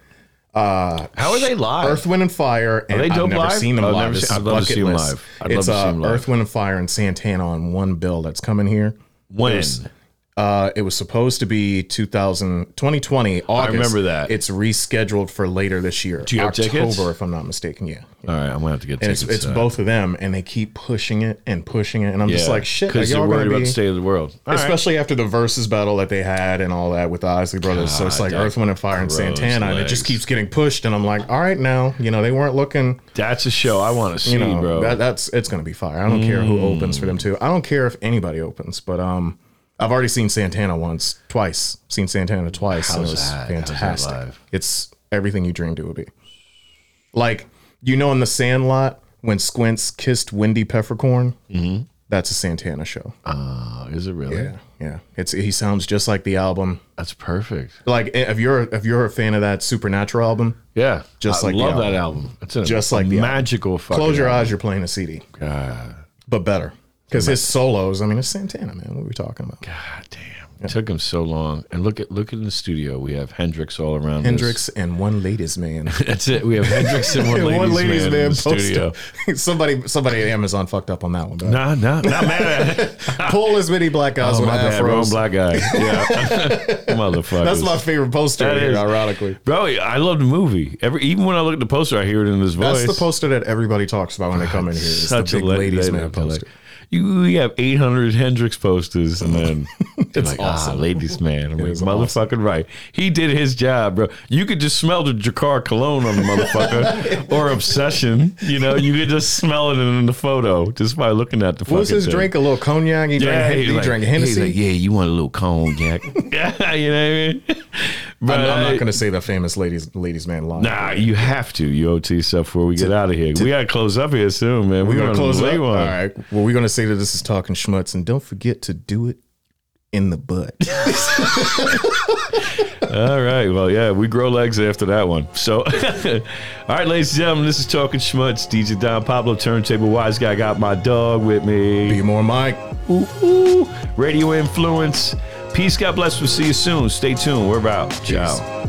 E: Uh,
B: How are they live?
E: Earth, Wind, and Fire. And
B: they
E: I've
B: dope
E: never
B: live?
E: seen them
B: I've
E: live.
B: never
E: This
B: seen-
E: is
B: I'd love to
E: bucket
B: see 'em
E: list.
B: live. I'd
E: it's
B: love to see
E: uh,
B: 'em live.
E: Earth, Wind, and Fire and Santana on one bill that's coming here.
B: when?
E: Uh, it was supposed to be 2000, 2020, August.
B: remember that.
E: It's rescheduled for later this year.
B: you have
E: October,
B: tickets?
E: if I'm not mistaken. Yeah.
B: All right, I'm gonna have to get
E: And
B: tickets. uh,
E: it's, it's
B: to that.
E: both of them, and they keep pushing it and pushing it. And I'm just like, shit, are
B: because they're
E: y'all
B: worried
E: going to
B: about
E: be.
B: the state of the world. All right.
E: Especially after the versus battle that they had and all that with the Isley brothers, so it's
B: God,
E: like
B: that
E: Earth, Wind, and Fire and
B: gross
E: Santana, and it
B: legs.
E: just keeps getting pushed. And I'm like, all right, now you know they weren't looking
B: that's a show I want to see,
E: you know,
B: bro.
E: That, that's it's gonna be fire. I don't care who opens for them too. I don't care if anybody opens, but um, I've already seen Santana once, twice. Seen Santana twice, and it
B: How's
E: was
B: that? How's that
E: fantastic.
B: live?
E: It's everything you dreamed it would be. Like you know, in the Sandlot when Squints kissed Wendy Peppercorn,
B: Mm-hmm.
E: that's a Santana show.
B: Oh, is it really?
E: Yeah, yeah. It's he sounds just like the album.
B: That's perfect.
E: Like if you're if you're a fan of that Supernatural album,
B: Yeah,
E: Just
B: I
E: like the
B: love
E: album.
B: that album. It's a,
E: Just
B: a
E: like the album.
B: magical. Fucking
E: close your
B: album.
E: eyes, you're playing a CD,
B: God,
E: but better. Because his solos, I mean, it's Santana, man. What are we talking about?
B: God Ah, damn. It took him so long. And look at look at in the studio. We have Hendrix all around. us.
E: Hendrix and one ladies man.
B: <laughs> That's it. We have Hendrix and one ladies,
E: <laughs> one ladies
B: man,
E: man,
B: in the
E: poster.
B: studio.
E: <laughs> somebody somebody at Amazon fucked up on that one. dog.
B: <laughs> Nah, nah, not mad
E: <laughs>
B: at it.
E: Pull as many black guys
B: Oh,
E: with
B: my bad.
E: afros.
B: Wrong black guy.
E: <laughs>
B: Yeah. <laughs> Motherfucker.
E: That's my favorite poster
B: That
E: here,
B: is-
E: ironically.
B: Bro, I love the movie. Every even when I look at the poster, I hear it in his voice.
E: That's the poster that everybody talks about when they come in here. It's the big
B: le-
E: ladies
B: lady-
E: man poster.
B: You we have 800 Hendrix posters, and
E: <laughs>
B: then it's like,
E: awesome.
B: ah, ladies
E: <laughs>
B: man. I'm like,
E: is
B: motherfucking right. He did his job, bro. You could just smell the Dracar cologne
E: <laughs>
B: on the motherfucker or obsession. You know, you could just smell it in the photo just by looking at the.
E: What was
B: fucking
E: his
B: thing.
E: drink? A little cognac. He
B: Yeah,
E: drank,
B: he
E: he
B: like-
E: drank
B: he's
E: Hennessy.
B: like, yeah, you want a little cone,
E: <laughs>
B: Jack? yeah, <laughs> you know what I mean. But
E: I'm, I'm
B: I-
E: not going to say the famous ladies ladies man line.
B: Nah, you have to. You OT stuff before we get out of here. we gotta close up here soon, man.
E: we're going to close it
B: late
E: up.
B: one.
E: All right. Well, we're going to say that this is talking schmutz, and don't forget to do it in the butt.
B: All right. Well, yeah, we grow legs after that one. So, <laughs> all right, ladies and gentlemen, this is Talking Schmutz. DJ Don Pablo, Turntable Wise Guy, got my dog with me.
E: Be more Mike.
B: Ooh, ooh. Radio Influence. Peace. God bless. We'll see you soon. Stay tuned. We're out. Ciao.
E: Peace.